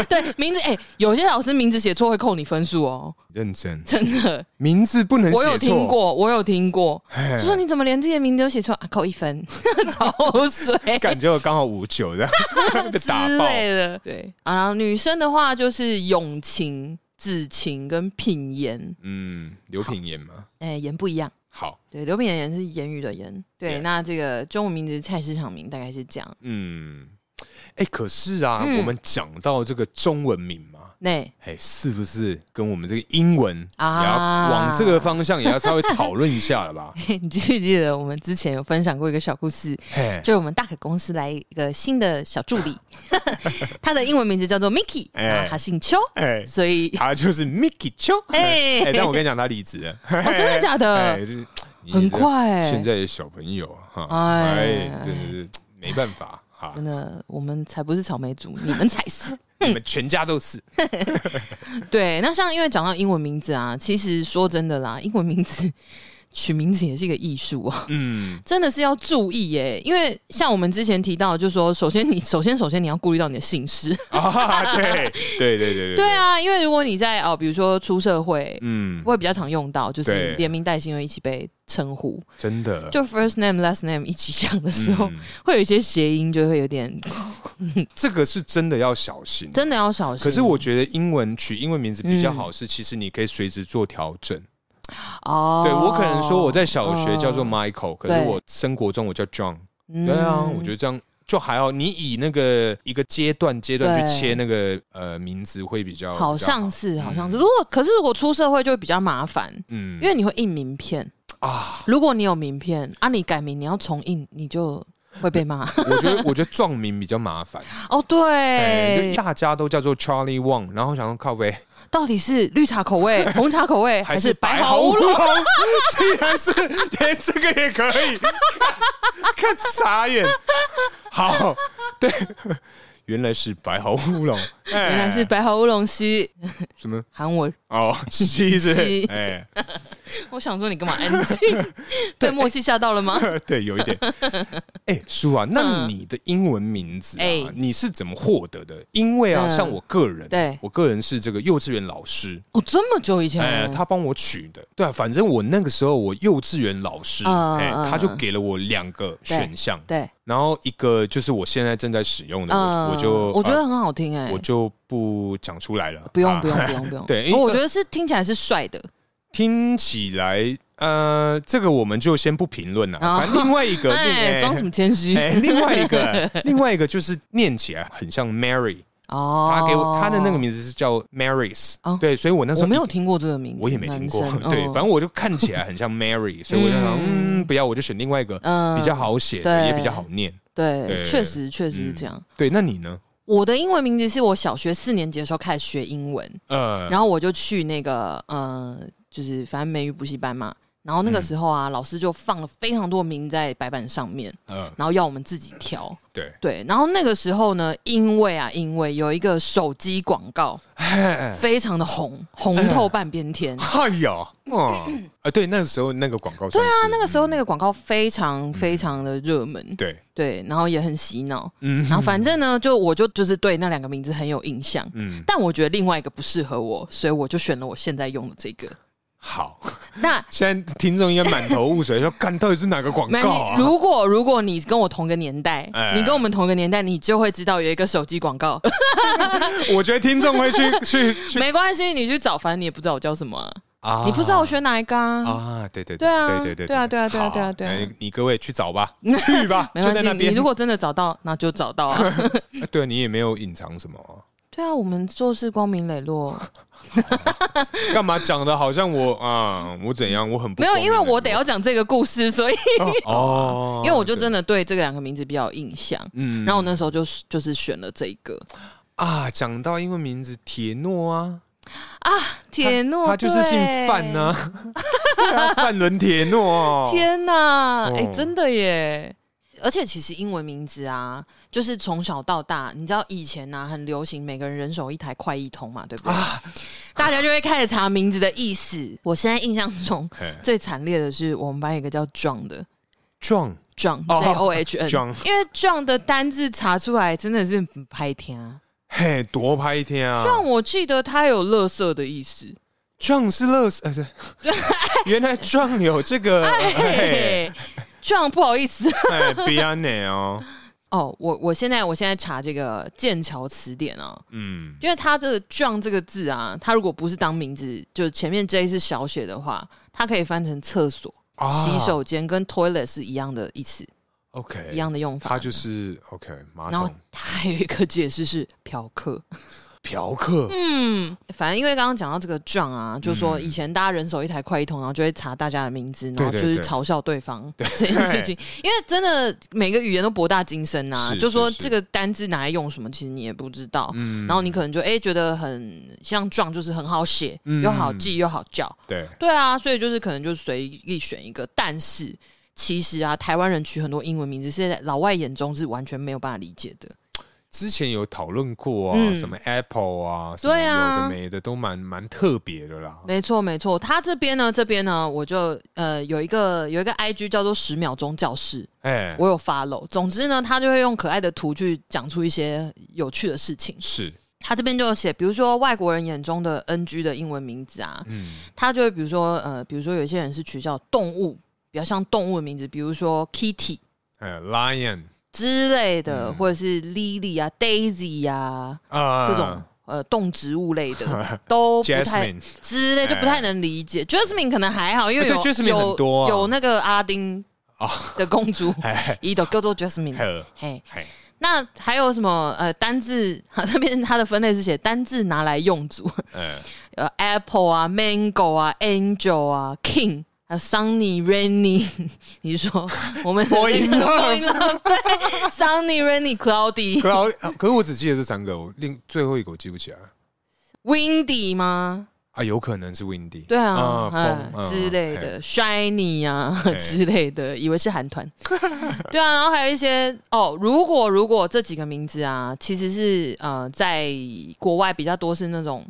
对，名字哎、有些老师名字写错会扣你分数哦， 认真，真的。名字不能写错，哎我有听过，我有听过，嘿，就说你怎么连自己的名字都写错啊？扣一分， 超水 感觉我刚好五九 的 被打之爆，类的。对啊，然后女生的话就是永晴、子晴跟品言，嗯，刘品言嘛，哎、言不一样。好，对，刘品言言是言语的言。对 Yeah 那这个中文名字菜市场名大概是这样。嗯，哎，可是啊，嗯我们讲到这个中文名嘛。 那哎，是不是跟我们这个英文也啊要往这个方向也要稍微讨论一下了 吧？你记不记得我们之前有分享过一个小故事？嘿，就是我们大可公司来一个新的小助 理，他的英文名字叫做 Mickey，哎然后他姓邱，哎，所以他就是 Mickey Cho。哎哎，但我跟你讲，他离职了。哦，真的假哎，的？就是你嗯很这快欸现在的小朋友啊哈，哎哎，真的是没办法哈真，的，我们才不是草莓族，你们才是。你们全家都是。对，那像因为讲到英文名字啊，其实说真的啦，英文名字 取名字也是一个艺术啊。嗯，真的是要注意耶、因为像我们之前提到，就说首先你首先首先你要顾虑到你的姓氏， 啊，对，对对对对，对，啊，因为如果你在哦，比如说出社会，嗯，会比较常用到，就是对连名带姓会一起被称呼，真的，就 first name last name 一起讲的时候，嗯会有一些谐音，就会有点这个是真的要小心。真的要小心。可是我觉得英文取英文名字比较好，是其实你可以随时做调整。哦，对我可能说我在小学叫做嗯 Michael，可是对我生活中我叫 John。嗯对啊，我觉得这样就还好。你以那个一个阶段阶段去对切那个呃名字会比较，好比较像是，好像是。嗯如果可是如果出社会就会比较麻烦，嗯因为你会印名片。啊，如果你有名片啊，你改名你要重印，你就会被 骂。我觉得我觉得撞名比较麻烦，哦，哎，就 对，大家都叫做 Charlie Wang，然后想说靠背到底是绿茶口味、 红茶口味还是是白白毫毫乌乌龙？龙， 竟然是连这个也可以， 看看傻眼，好，对，原来是白毫乌龙，原原来是白毫乌龙西什么韩文。哦，西是不是西哎， 我想说你干嘛安 静？被默契吓到了吗？对，有一点。哎，叔啊，那你的英文名字啊嗯哎，你是怎么获得的？因为啊，嗯像我个人，对我个人是这个幼稚园老师，哦，这么久以前，哎，他帮我取的。对啊，反正我那个时候我幼稚园老师，嗯哎，嗯他就嗯给了我两个选项，对，然后一个就是我现在正在使用的，我我就嗯我觉得呃很好听哎我，就不讲出来了，不用啊不用不用不 用，对因不为过我觉得是听起来是帅的，听起来，呃，这个我们就先不评论了。哦反正另外一 个，哎，另装什么谦虚哎，另外一个，另外一个就是念起来很像 Mary，哦？他给我他的那个名字是叫 Marys，哦对，所以我那时我候没有。听过这个名字，我也没听过男，生 对，嗯反正我就看起来很像 Mary，所以我就想，嗯嗯，不要，我就选另外一个嗯比较，好写的，对也比较好念。对，对确实确实是嗯这样。对，那你呢？我的英文名字是我小学四年级的时候开始学英文，呃，然后我就去那个呃，就是反正美语补习班嘛。然后嗯那个时候啊，老师就放了非常多名在白板上面，呃，然后要我们自己挑。对，对，然后那个时候呢，因为啊，因为有一个手机广 告非常的红，红透半 边天。哎 呀，哦，啊，对，那个时候那个广告，对啊，那个时候那个广告非嗯常非常的热门，对，对，然后也很洗脑。嗯然后反正呢，就我就就是对那两个名字很有印象，嗯，但我觉得另外一个不适合我，所以我就选了我现在用的这 个。好，那现在听众应该满头雾水，说看到底是哪个广没告啊？如果如果你跟我同个年代，哎你跟我们同个年代，你就会知道有一个手机广 告。我觉得听众会去 去去没关系，你去找，反正你也不知道我叫什么啊、啊 你不知道我选哪一个啊？啊？对对对啊对对对啊对啊对啊好对啊对啊哎你各位去找 吧，去吧，没就关在系那，你边如。果真的找到，那就找到 啊。哎对你也没有隐藏什么啊，对啊，我们做事光明磊落，啊干嘛讲的好像我啊，我怎样，我很不没有，光明因为磊落我得要讲这个故事，所以，哦 因为我就真的的对这两个名字比较有印象。嗯然后我那时候就是就是选了这一个啊，讲到英文名字铁诺啊，铁诺，他就是啊姓对范 呢，范伦铁诺哦，天哪，哦哎，真的耶！而且其实英文名字啊，就是从小到大，你知道以前啊很流行，每个人人手一台快译通嘛，对不对？啊大家就会开始查名字的意思。我现在印象中嘿最惨烈的是我们班有一个叫壮的。壮 John 哦 J O H N，、 John 因为 John 的单字查出来真的是很拍天啊。嘿，多拍一天啊！ John 我记得他有乐色的意思，壮是乐 死，呃对原来壮有这个哎嘿，John 不好意思哎 Beyond 哦，哦，我我现在我现在查这个剑桥词典啊，嗯，因为它这个 John 这个字啊，它如果不是当名字，就前面 J 是小写的话，它可以翻成厕所、啊洗手间，跟 toilet 是一样的意思，一 OK，样的用法哎他。就是啊 OK 马然后桶它还有一个解释是嫖客。嫖客，嗯，反正因为刚刚讲到这个账啊，就说以前大家人手一台快一通，然后就会查大家的名字，然后嗯就对对是对嘲笑对方这件 事情。因为真的每个语言都博大精深啊，是就说是是这个单字拿来用什么，其实你也不知道。嗯然后你可能就哎、觉得很像壮，就是很好写，嗯又好记又好叫，对，对啊，所以就是可能就随意选一个。但是其实啊，台湾人取很多英文名字是在老外眼中是完全没有办法理解的。之前有讨论过啊，嗯什么 Apple 啊，什么对啊有的没的都蛮蛮特别的啦。没错，没错。他这边呢，这边呢，我就呃有一个有一个 IG 叫做十秒钟教室，哎，我有 follow。总之呢，他就会用可爱的图去讲出一些有趣的事情。是，他这边就有写，比如说外国人眼中的 NG 的英文名字啊，嗯，他就会比如说呃，比如说有些人是取笑动物，比较像动物的名字，比如说 Kitty 哎，Lion 之类的，嗯或者是 Lily 啊、Daisy 啊啊，这种。呃，动植物类 的都不太 Jasmine 之类，就不太能理解。Jasmine 可能还好，因为对有 Jasmine 有很多啊有那个阿拉丁哦的公主， 哎，伊都叫做 Jasmine。嘿嘿，嘿，那还有什么呃单字？ 这边它的分类是写单字拿来用组，哎，呃，apple 啊，mango 啊，angel 啊，king。还有 Sunny Rainy，你 说我们 Fall in love love，对，Sunny Rainy Cloudy 可好可是我只记得这三个，我另最后一个我记不起来 Windy 吗？啊，有可能是 Windy，对啊啊，，嗯风之类，嗯的，shiny 啊嘿之类的，以为是 韩团。对啊，然后还有一些哦，如果如果这几个名字啊，其实是呃，在国外比较多是那种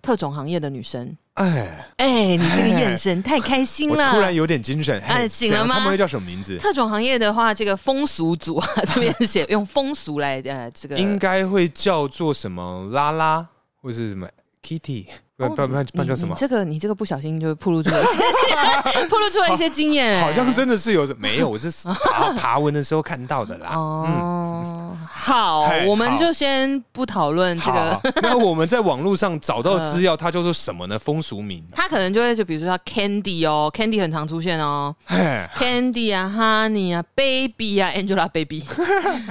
特种行业的女生。哎哎，哎、你 这个眼神太开心我突然了。有点精神，哎哎，醒怎样了吗他们会叫什么名字？特种行业的话，这个风俗组啊，这边写用风俗来呃，这个应该会叫做什么拉拉，或是什么 Kitty，不哦不不然不然叫什你么你？这个你这个不小心就暴露出 了一些，暴露出了一些经验、好像真的是有没有，我 是爬爬文的时候看到的啦。哦，好嘿，我们嗯好就先不讨论这个嗯好，，那我们在网络上找到资料，它叫做什么呢？风俗名，他可能就会就比如说叫 Candy 哦，Candy 很常出现哦嘿， ，Candy 啊，Honey 啊，Baby 啊，Angelababy，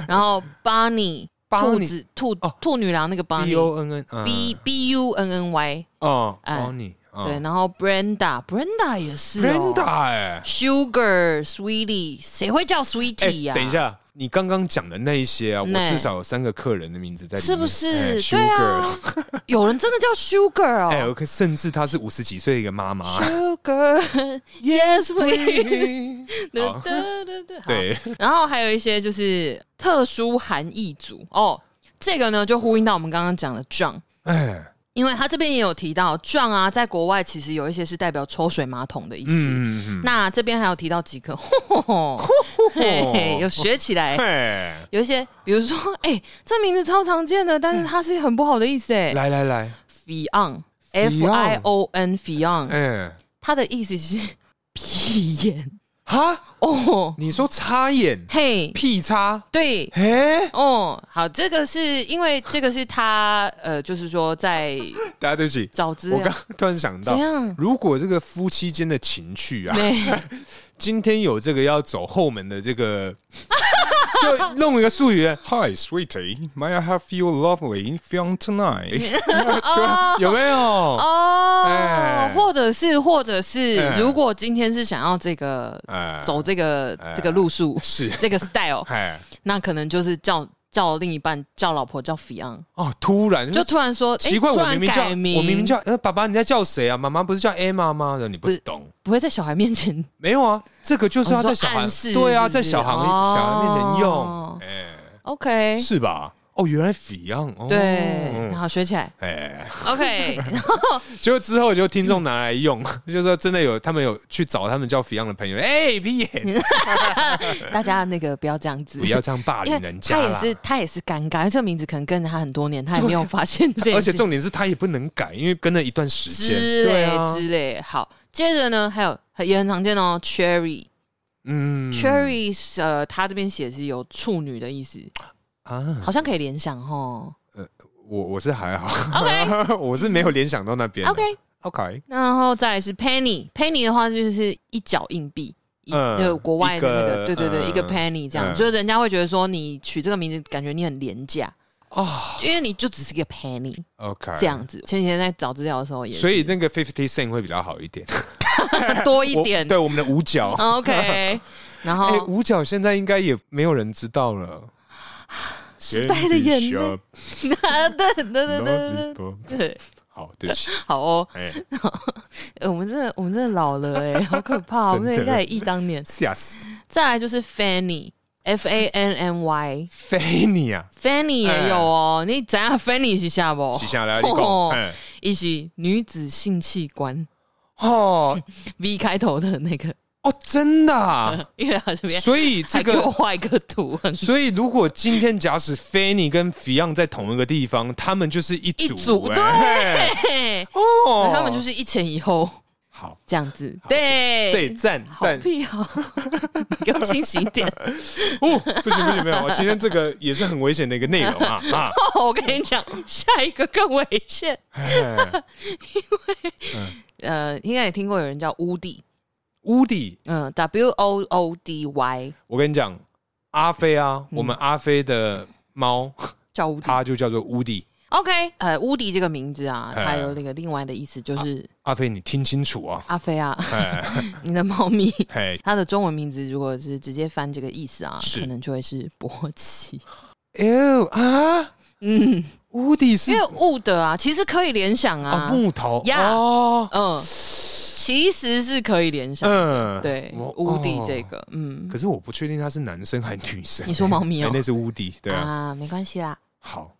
然后 Bunny 兔 Bunny 子兔哦兔女郎那个 B Bunny O N N 嗯 B B U N N Y 哦哎 Bonnie 对，然后 Brenda Brenda 也是 Brenda 哦哎。 Sugar Sweetie 谁会叫 Sweetie 呀？等一，下，你刚刚讲的那一些啊，我那至少有三个客人的名字在里面，是不是？哎对啊 Sugar，，有人真的叫 Sugar 哎，哦我可甚至她是五十几岁的一个妈妈。 ，Sugar Yes we。好对，对，然后还有一些就是特殊含义组哦，这个呢就呼应到我们刚刚讲的 John，哎，因为他这边也有提到 John 啊，在国外其实有一些是代表抽水马桶的意思。嗯嗯嗯那这边还有提到几个，吼吼吼嘿嘿，有学起来嗯，。哎，有一些，比如说， 哎、这名字超常见的，但是它是很不好的意思，哎嗯来来来， ，Fion，F I O N，Fion，哎，它的意思是屁眼 哈，哦，你说插眼嘿，屁插，对，哎，哦，好，这个是因为这个是他呃，就是说在大家对不起，找资我料刚，突然想啊怎到， 样？如果这个夫妻间的情趣啊，对，今天有这个要走后门的这 个，就弄一个术语，Hi sweetie, may I have your lovely film tonight？对 吧有没有？哦哎，或者是，或者是，哎如果今天是想要这个哎走这个这个路数，是，这个 style，哎，那可能就是叫叫我另一半叫老婆叫 Fion，哦，突然就突然说，诶奇怪，突我然明明叫改我名明明叫呃爸爸，你在叫谁啊？妈妈不是叫 Emma 吗？然后你不不是懂，不会在小孩 面前没有啊，这个就是要哦你说在小孩暗示对啊，是不在是小孩哦小孩面前用， OK，是吧？哦，原来 Fion，哦对，嗯然后学起来哎， OK，就之后就听众拿来用， 就说真的有他们有去找他们叫 Fion 的朋友，哎，闭 眼， 大家那个不要这样子，不要这样霸因凌为人家他也啦。是他也是尴尬，这个名字可能跟着他很多年，他也没有发现这件而事且情重点是他也不能改，因为跟了一段时间，之对类、啊，之类。好，接着呢，还有很也很常见哦，cherry、嗯 cherry，是呃，他这边写是有处女的意思，啊，好像可以联想哦。我我是还好 我是没有联想到那边的。 OK， OK，然后再来是 penny，penny 的话就是一角硬币。一嗯就国外的一那个个，对对对，嗯一个 penny 这样，嗯就是人家会觉得说你取这个名字，感觉你很廉价，啊因为你就只是一个 penny ，OK，这。样子。前几天在找资料的时候也是，哎所以那个 Fifty Cent 会比较好一点，多一我点哦对我们的五角，OK，然后、哎，五角现在应该也没有人知道了。时代的眼泪哎啊， 对对对对多对对，好，对不起，好哦，哎，呃我们真的我们真的老了 哎、好可怕、哦，我真的们应该也忆当年。吓死，再来就是 Fanny，F A N N Y。非你啊！ Fanny 也有哦，你怎样 Fanny 一下不？接下来你哦讲，哎，一起女子性器官哦 V 开头的那个，哦，真的 啊！因为它这边所以这还给我个，画一个图，很所以如果今天假使 Fanny 跟 Fion 在同一个地方，他们就是一一组对哎嘿哦，他们就是一前一后好，这样子，对，赞好赞屁哦，给我清醒一点。哦，不行不行不行，我今天这个也是很危险的一个内容啊 啊！哦我跟你讲，下一个更危险。哎呃，应该也听过有人叫乌迪，乌迪，嗯，W O O D Y 我跟你讲，阿飞啊，嗯我们阿飞的 猫，叫乌迪。它就叫做乌迪。 OK，呃，乌迪这个名字啊，哎它有那个另外的意思，就是阿飞，你听清楚啊！阿飞啊，哎 你的猫咪。哎它的中文名字如果是直接翻这个意思啊，是可能就会是勃 起。哎呦啊，嗯，乌迪是哦因为雾的啊，其实可以联想啊啊，木头呀哦，嗯，其实是可以联想。嗯，对，我乌迪这。哦个，嗯可，是我不确定他是男生还是女生。你说猫咪哦哎那是乌迪，对啊。哎啊，没关系啦，好，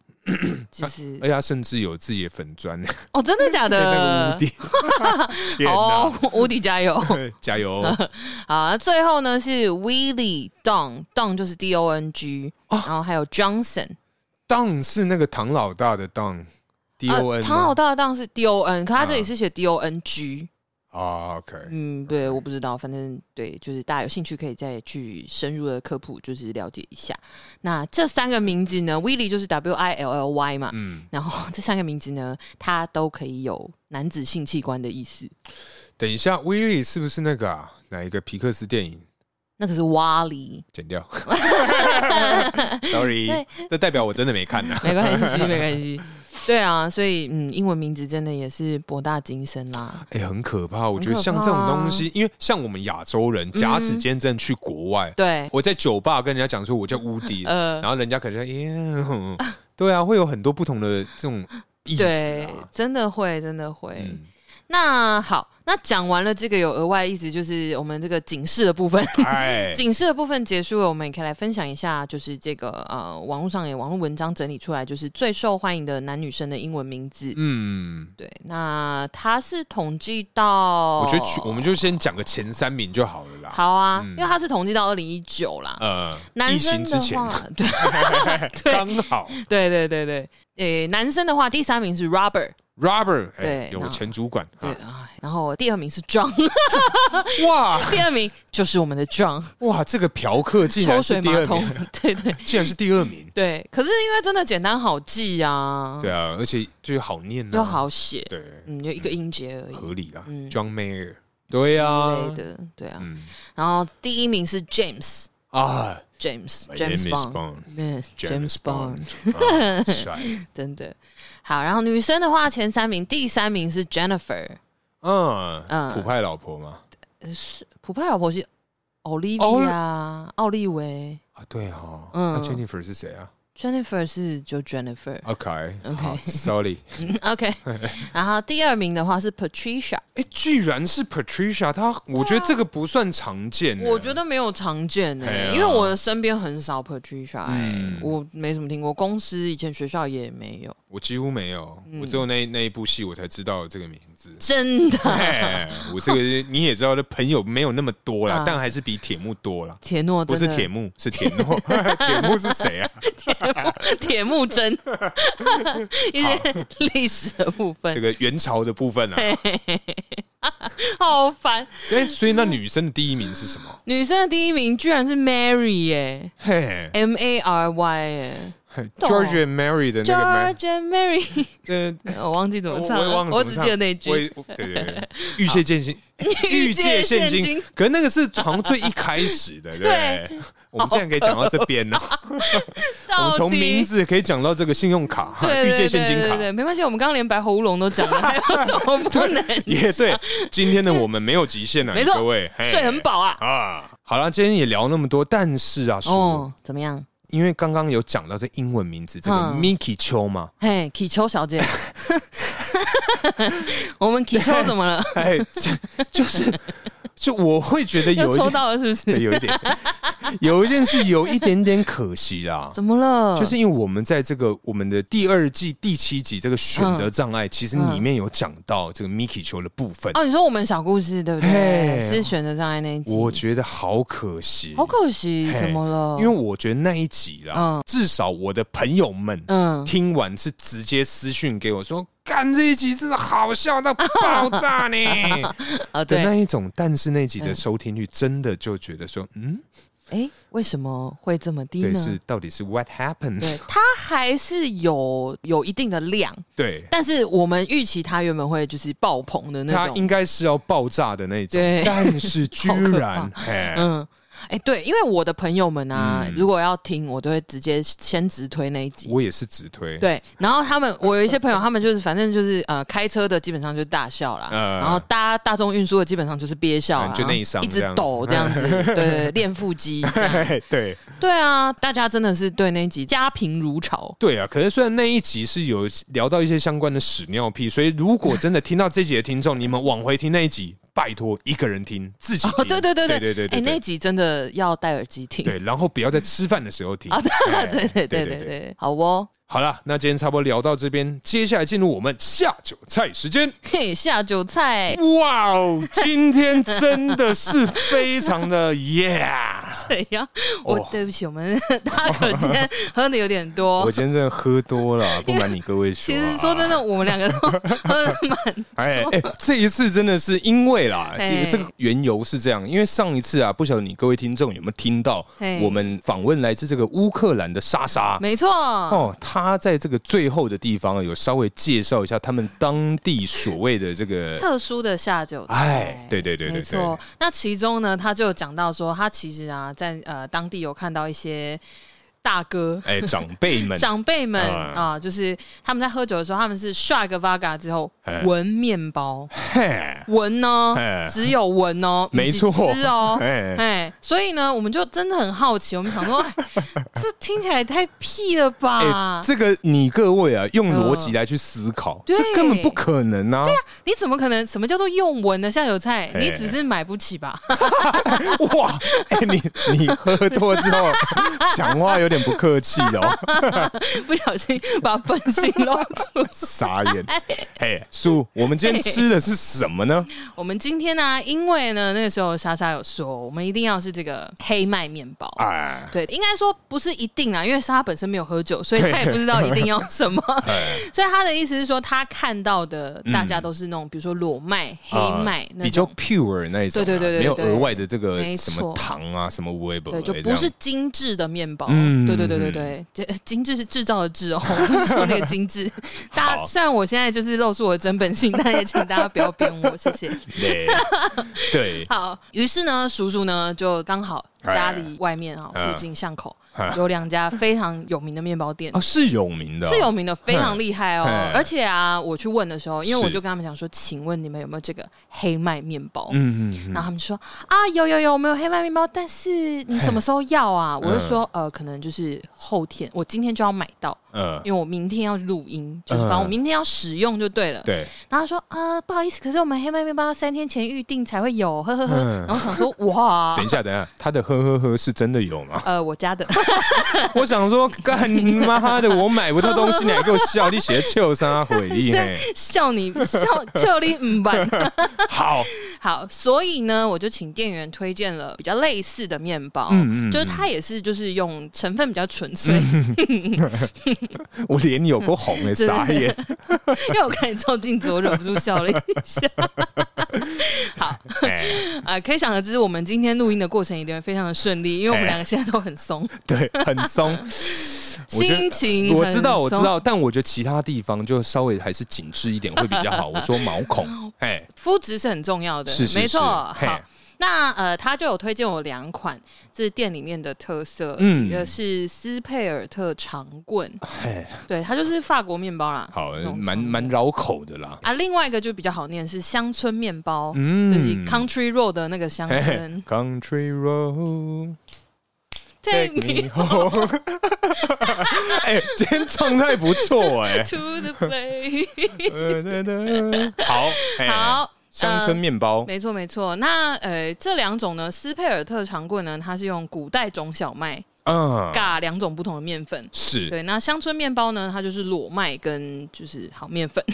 就是而且他甚至有自己的粉 砖， 那哦，真的 假哎个的乌？迪。 天好哪哦！，无敌加 油！加油！哦 好，最后呢是 Willie Dong Dong 就是 D O N G，、然哦后还有 Johnson，当是那个唐老大的当，D O 呃 N 吗。唐老大的 Dong 是 D O N，可他这里是写 D O N G，、啊，OK，嗯，对，我不知道，反正对，就是大家有兴趣可以再去深入的科普，就是了解一下。那这三个名字呢，Willie 就是 W I L L Y 嘛，嗯，然后这三个名字呢，它都可以有男子性器官的意思，等一下，威利是不是那个啊？哪一个皮克斯电影？那可 是 Wally。剪 掉，sorry，这代表我真的没看呢、啊 没关系，没关系。对啊，所以嗯，英文名字真的也是博大精深啦。哎、很可怕。我觉得很可像怕啊嗯这种东西，因为像我们亚洲人，假使今天真的去国外， 对，我在酒吧跟人家讲说我叫乌迪，呃然，后人家可能说耶，哼对啊，会有很多不同的这种意思对啊。，真的会，真的会。嗯，那好，那讲完了这个有额外意思，就是我们这个警示的部分。哎，警示的部分结束了，我们也可以来分享一下，就是这个呃，网络上也网络文章整理出来，就是最受欢迎的男女生的英文名字。嗯，对，那它是统计到，我觉得去我们就先讲个前三名就好了啦。哦好啊，因为它是统计到二零一九啦。 呃，男疫生情的之前话，对，对刚好 对对对对，诶、男生的话，第三名是 Robert， ，Robert，哎、对有那前主管，对啊啊，然后第二名是 John， 哇第二名就是我们的 John，哇，这个嫖客竟抽然是水 第马二桶名，， 对对竟然是第二名，对，可是因为真的简单好记啊，对啊，而且就好念、啊，又，好写，对，嗯，就一个音节而已合理啦、嗯 j o h n Mayer，对之啊类，的，对啊，嗯然后第一名是 James，James 啊 My James name is Bond。 Bond，嗯 James Bond， 哦 Bond，啊帅，真的好。然后女生的话，前三名，第三名是 Jennifer，嗯，嗯普派老婆嘛，呃是普派老婆是 Olivia 奥利维，啊，对哦，嗯那 Jennifer 是谁啊？ Jennifer 是就 Jennifer。 OK，OK，、 OK 好，Sorry。 OK，然后第二名的话是 Patricia，哎、居然是 Patricia，她，我觉得这个不算常见。啊我觉得没有常见呢、欸哎呀因为我的身边很少 Patricia，、哎，嗯我没怎么听过，公司以前学校也没有，我几乎没有，嗯我只有那那一部戏我才知道这个名字。真的。哎，我 这个你也知道，的朋友没有那么多啦啊，但还是比铁木多啦。铁诺不真是的铁木， 是铁诺。铁木是谁啊？铁 木真，一些历史的部这分，个元朝的部 分啊。好烦。哎，所以那女生的第一名是什么？女生的第一名居然是 Mary 耶、嘿 m A R Y 耶、懂，George and Mary 的 g e 那个 o r Mary， g e and Mary，呃，我忘记怎么我唱我也忘了，了，我只记得那一句。。对对对， 欲界现 金，欲界现金金，可是那个是好像最一开始 的，对不对？我们竟然可以讲到这边呢，我到们底从名字可以讲到这个信用卡、哈对欲界对对现金对卡对，。对没关系，我们刚刚连白喉乌龙都讲 了，还有什么不能？也对，今天的我们没有极限了，啊没错各位，嘿 睡很饱啊。啊。好了，今天也聊那么多，但是啊，叔，哦，怎么样？因为刚刚有讲到这英文名字，这个嗯 Miki 秋嘛，嘿，启秋 小姐，我们启秋怎么了？哎， 这就是就我会觉得又有一抽件，到了是不对是？有一 点，有一件事有一点点可惜啦。怎么了？就是因为我们在这个我们的第二季第七集这个选择障碍，其实里面有讲到这个 Miki 球的部分，哦，你说我们小故事对不对？嘿是选择障碍那一集，我觉得好可惜，好可惜，嘿怎么了？因为我觉得那一集啦，嗯至少我的朋友们嗯，听完是直接私讯给我说：“干这一集真的好笑到爆炸呢啊！” 对的，嗯那一种，但是那集的收听率真的就觉得说，嗯，哎，为什么会这么低对，呢？是到底是 what happened？对，它还是有有一定的量， 对，但是我们预期它原本会就是爆棚的那它应种。该是要爆炸的那种对，但是居 好可然怕，嘿，嗯，哎，对，因为我的朋友们啊，嗯如果要听，我都会直接先直推那一集。我也是直推，对，然后他们，我有一些朋友，他们就是反正就是呃，开车的基本上就是大笑啦，嗯然后搭大众运输的基本上就是憋笑啦，嗯就内伤然后一这直样抖 这样子，对对，练腹肌这样。嘿对对啊，大家真的是对那一集家贫如潮。 对啊！可是虽然那一集是有聊到一些相关的屎尿屁，所以如果真的听到这集的听众，你们往回听那一集，拜托一个人听，自己哦，听。对对对对对对哎、那一集真的要戴耳机听。对，然后不要在吃饭的时候听。啊，哎对对对对对对对，好哦。好了，那今天差不多聊到这边，接下来进入我们下酒菜时间。嘿，下 酒菜哇哦，今天真的是非常的 yeah！怎样？我、哦对不起，我们 大可今 天喝的有点多我。今天真的喝多 了，不瞒你各位说其啊、实说真的，我们两个都 喝的蛮哎哎，这一次真的是因为啦，哎这个缘由是这样，因为上一次啊，不晓得你各位听众有没有听到哎，我们访问来自这个乌克兰的莎莎。没错。哦，她在这个最后的地方啊有稍微介绍一下他们当地所谓的这个特殊的下酒菜，哎对对对对没错。那其中呢，他就有讲到说，他其实啊，在呃当地有看到一些大哥， 哎长辈们长辈们嗯啊、就是他们在喝酒的时候，他们是 shot 一个 vodka 之后哎闻面包，嘿闻哦哎，只有闻哦，不 是没错吃哦。哎哎，所以呢，我们就真的很好奇，我们想说，哎 这听起来也太屁了吧？哎这个你各位啊，用逻辑来去思考，嗯对这根本不可能啊！你怎么可能？什么叫做用闻的下酒菜？哎你只是买不起吧？哇，哎、你你喝多之 后讲话有点不客气哦，不小心把本性露出来。傻眼。嘿，叔，我们今天吃的是什么呢？我们今天呢、因为呢那个时候莎莎有说，我们一定要是这个黑麦面包。哎，对，应该说不是一定啊啦，因为莎莎本身没有喝酒，所以她也不知道一定要什 么。哎所以她的意思是说，她看到的大家都是那种，比如说裸麦、黑麦啊那种，比较 pure 那一种啊、对对对对没有对额外的这个没什错么糖啊，什么微波，对，就这不样是精致的面包。嗯对对对对对，这精致是制造的制哦，不是说那个精致。大好家虽然我现在就是露出我的真本性，但也请大家不要编我，谢谢。 对对，好，于是呢，叔叔呢就刚好家里外面啊、嗯附近巷口、有两家非常有名的面包店啊，，是有名的哦、是有名的，非常厉害哦嘿。而且啊，我去问的时候，因为我是就跟他们讲说，请问你们有没有这个黑麦面包？嗯，嗯嗯然后他们说啊，有有有，我们有黑麦面包，但是你什么时候要哎啊？我就说呃，可能就是后天，我今天就要买到，呃，因为我明天要录音，就是嗯反正我明天要使用就对了。 对，然后他说呃，不好意思，可是我们黑麦面包要三天前预定才会有，呵呵呵。嗯然后想说 哇？等，一下，等一下，他的呵呵呵是真的有吗 呃，我家的， 我想说，干你妈的，我买不到东西，你还给我笑，你写旧三回 忆嘿，笑你笑笑你 唔办。好，好，所以呢，我就请店员推荐了比较类似的面包，嗯嗯嗯嗯就是它也是就是用成分比较纯粹，我脸有够红哎，嗯真的傻眼， 因为我看你照镜子，我忍不住笑了一下。 哎，啊、可以想而知，我们今天录音的过程一定会非常的顺利，因为我们两个现在都很 松，对，很 松。我觉心得情我知道，很我知松。道，但我觉得其他地方就稍微还是紧致一点会比较好。我说毛孔， 哎，肤质是很重要的，是是是，没错。嘿好，那呃，他就有推荐我两款，这是店里面的特色，嗯一个是斯佩尔特长棍，嘿，对，它就是法国面包啦，哎好呃那，种蛮长的蛮绕口的啦。啊，另外一个就比较好念是乡村面包，嗯就是 Country Road 的那个乡嘿村。 Country road。 Take me。home。哎，今天状态不错哎 to the play。呃哒哒好，哎好，呃乡村面包，没错没错。那呃，这两种呢，斯佩尔特长棍呢，它是用古代种小麦嗯，尬两种不同的面粉。是对，那乡村面包呢？它就是裸麦跟就是好面粉，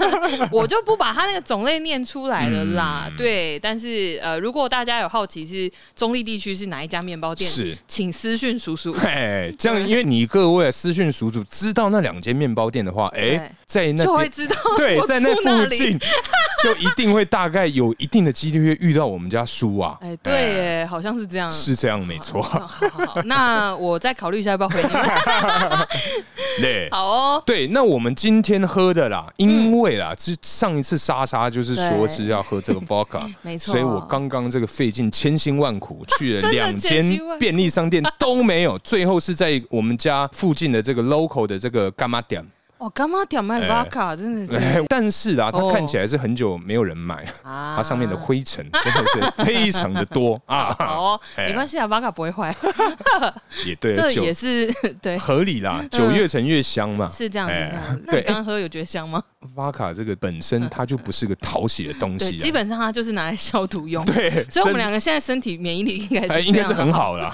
我就不把它那个种类念出来了啦。嗯对，但是呃，如果大家有好奇是中立地区是哪一家面包店，是。请私讯叔叔。哎，这样，因为你各位私讯属主知道那两间面包店的话，哎对，在 那就会边 知道对我，在那住附里近 就一定会大概有一定的几率会遇到我们家叔啊。哎，对耶，好像是这样。是这样没错。好，好好好，那我再考虑一下要不要回你 们。对，好哦，对，那我们今天喝的啦，因为嗯啦，是上一次莎莎就是说是要喝这个 vodka， 没错所以我刚刚这个费尽千辛万 苦去了真的两间千辛万苦便利商店都没有，最后是在我们家附近的这个 local 的这个干妈店，我哦干妈点哎卖 vodka 真的是但是啊，它哦看起来是很久没有人买，啊它上面的灰尘真的是非常的 多啊，好哦，哎没关系啊，vodka 不会坏，也对，这酒也是 对，合理啦，酒越陈越香嘛。是这样子。哎这样子那对你刚刚喝有觉得香吗？ vodka 这个本身它就不是个讨喜的东嗯对，西，啊基。本上它就是拿来消毒用。对， 所以我真们两个现在身体免疫力应哎，该是啊应该是非常很好 啦。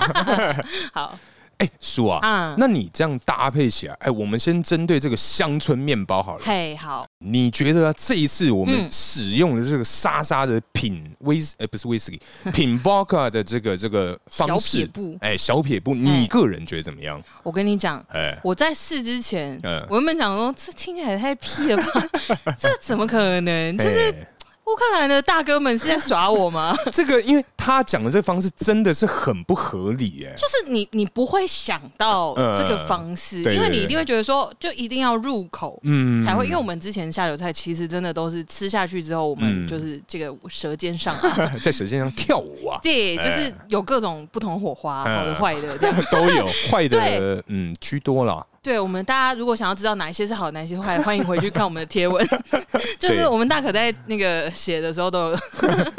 好哎，叔啊，啊。那你这样搭配起来，哎，我们先针对这个乡村面包好了。嘿，好，你觉得啊这一次我们嗯使用的这个莎莎的品威，哎，不是威 士忌，品 vodka 的这个这个方小撇式步，哎，小撇步，你个人觉得怎么样？我跟你讲，哎，我在试之前嗯，我原本想说这听起来也太屁了吧， 这怎么可能？就是哎乌克兰的大哥们是在耍我 吗？这个，因为他讲的这个方式真的是很不合理，哎，就是你你不会想到这个方式，嗯对因为对你对一定会觉得说，就一定要入口。嗯才会，因为我们之前下酒菜其实真的都是吃下去之后，我嗯们就是这个舌尖上啊， 在舌尖上跳舞啊， 对，就是有各种不同火花，嗯好的坏的这样。都有坏的，嗯，居多啦。对我们大家如果想要知道哪一些是好，哪一些是坏，欢迎回去看我们的贴 文， 就是我们大可在那个写的时候都有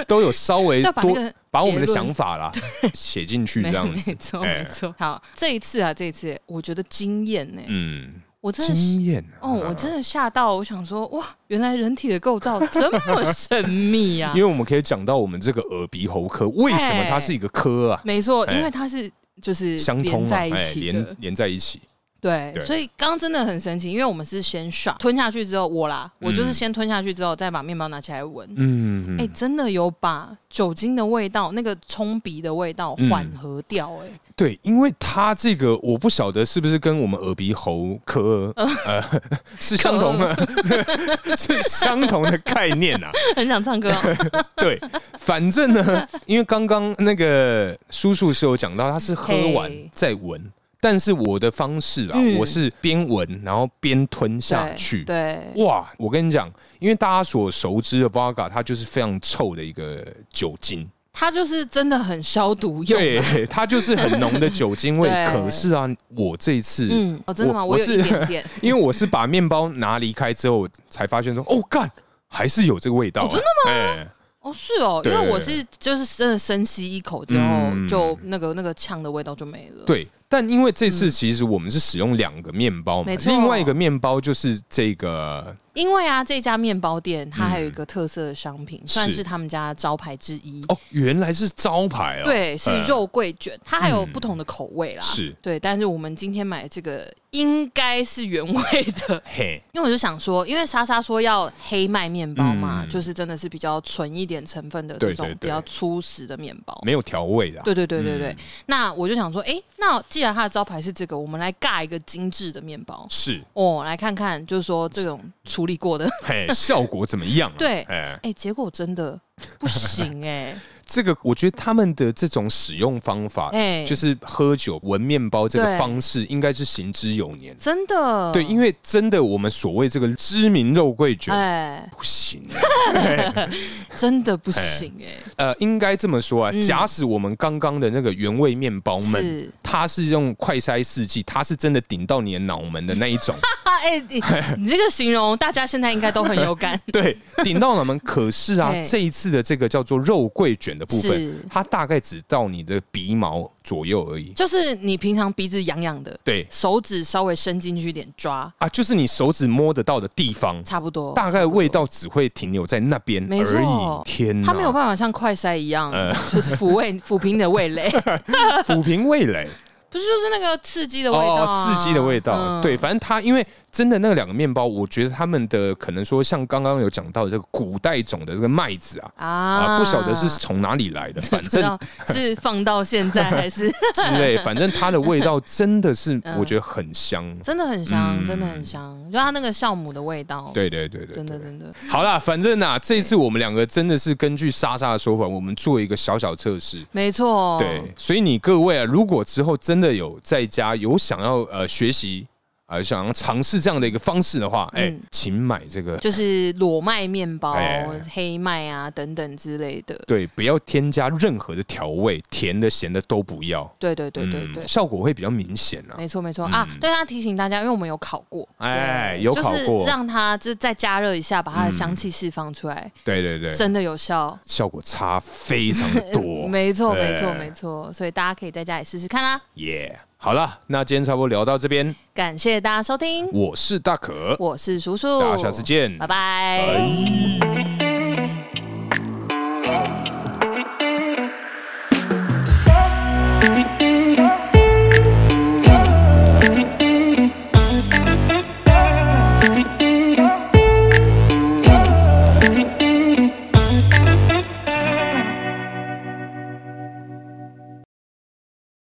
都有稍微 要把那多个把我们的结论想法 啦写进去没这有样没子，错哎没错。好，这一次啊，这一次我觉得惊艳呢，嗯，我真的是经验啊哦，我真的吓到，我想说，哇，原来人体的构造这 么神秘啊因！为我们可以讲到我们这个耳鼻喉科为什么它是一个科啊，没错，哎因为它是就是相连通啊，在一哎，起的连，连在一起，对，对所以刚刚真的很神奇，因为我们是先爽吞下去之后，我啦，我就是先吞下去之后，再把面包拿起来闻。嗯，哎、真的有把酒精的味道、那个冲鼻的味道嗯缓和掉、哎、对，因为它这个我不晓得是不是跟我们耳鼻喉科 呃是相同的， 是相同的概念啊。很想唱歌、 哦，对，反正 呢，因为刚刚那个叔叔是有讲到，他是喝完嘿再闻，但是我的方式啊，嗯我是边闻然后边吞下对去。对，哇，我跟你讲，因为大家所熟知的 v o d k a 它就是非常臭的一个酒精，它就是真的很消毒用。对，它就是很浓的酒精味对。可是啊，我这一次，嗯，哦，真的吗？我有一是点点，因为我是把面包拿离开之后，我才发现说，哦，干，还是有这个味道、真的吗？哎哦，是哦，因对为我是就是真的深吸一口之后，嗯就那个那个呛的味道就没了。，对。但因为这次其实我们是使用两个面包嘛嗯没，错另外一个面包就是这个因为啊，这家面包店它还有一个特色的商品，算是是他们家的招牌之一。哦，原来是招牌哦，对，是嗯肉桂卷，它还有不同的口味啦。是对，但是我们今天买的这个应该是原味的，嘿，因为我就想说，因为莎莎说要黑麦面包嘛，嗯就是真的是比较纯一点成分的这对种对对比较粗食的面包。没有调味的啊、对对对对对，那我就想说，哎、那既然它的招牌是这个，我们来尬一个精致的面包是哦，来看看，就是说这种处理过的，嘿，效果怎么样、啊？对哎，哎、结果真的不行哎、这个我觉得他们的这种使用方法，哎就是喝酒闻面包这对个方式，应该是行之有年。真的， 对，因为为真的，我们所谓这个知名肉桂卷、哎、不行啊、真的不行哎、呃，应该这么说啊，嗯假使我们刚刚的那个原味面包们，是它是用快筛试剂，它是真的顶到你的脑门的那一 种，啊，哎、你你这个形容，大家现在应该都很有感， 对，顶到脑门。可是啊哎，这一次的这个叫做肉桂卷的部分，是，它大概只到你的鼻毛左右而已。就是你平常鼻子痒痒的，对手指稍微伸进去一点抓，啊，就是你手指摸得到的地方，差不多，大概味道只会停留在那边没而错已。天哪，它没有办法像快筛一样，嗯就是抚慰 抚平你的味 蕾。抚平味蕾。不是就是那个刺激 的味道、啊哦，刺激的味道。嗯对，反正它因为真的那两个面包，我觉得他们的可能说像刚刚有讲到的这个古代种的这个麦子啊。啊啊，不晓得是从哪里 来的，反不知正道是放到现在 还是之类，反正它的味道真的是 嗯，我觉得很香。真的很香，嗯真的很香，就它那个酵母的味道，，对对对对真的对，真的好啦，反正啊，这次我们两个真的是根据莎莎的说法，我们做一个小小测试。没错，对，所以你各位啊，如果之后真的有在家有想要呃学习呃想要尝试这样的一个方式的话，哎嗯，请买这个就是裸麦面包、哎黑麦啊等等之类的，对，不要添加任何的调味，甜的、咸的都不要。对对对对对。嗯效果会比较明显啊。没错没错、啊！对，他提醒大家，因为我们有烤过，哎对有烤过嗯就是让它就是再加热一下，把它的香气释放出来，对对对，真的有效。效果差非常的多。 哎没错对没错没错，所以大家可以在家里试试看啦。耶、好了，那今天差不多聊到这边，感谢大家收听，我是大可，我是叔叔，大家下次见，拜拜拜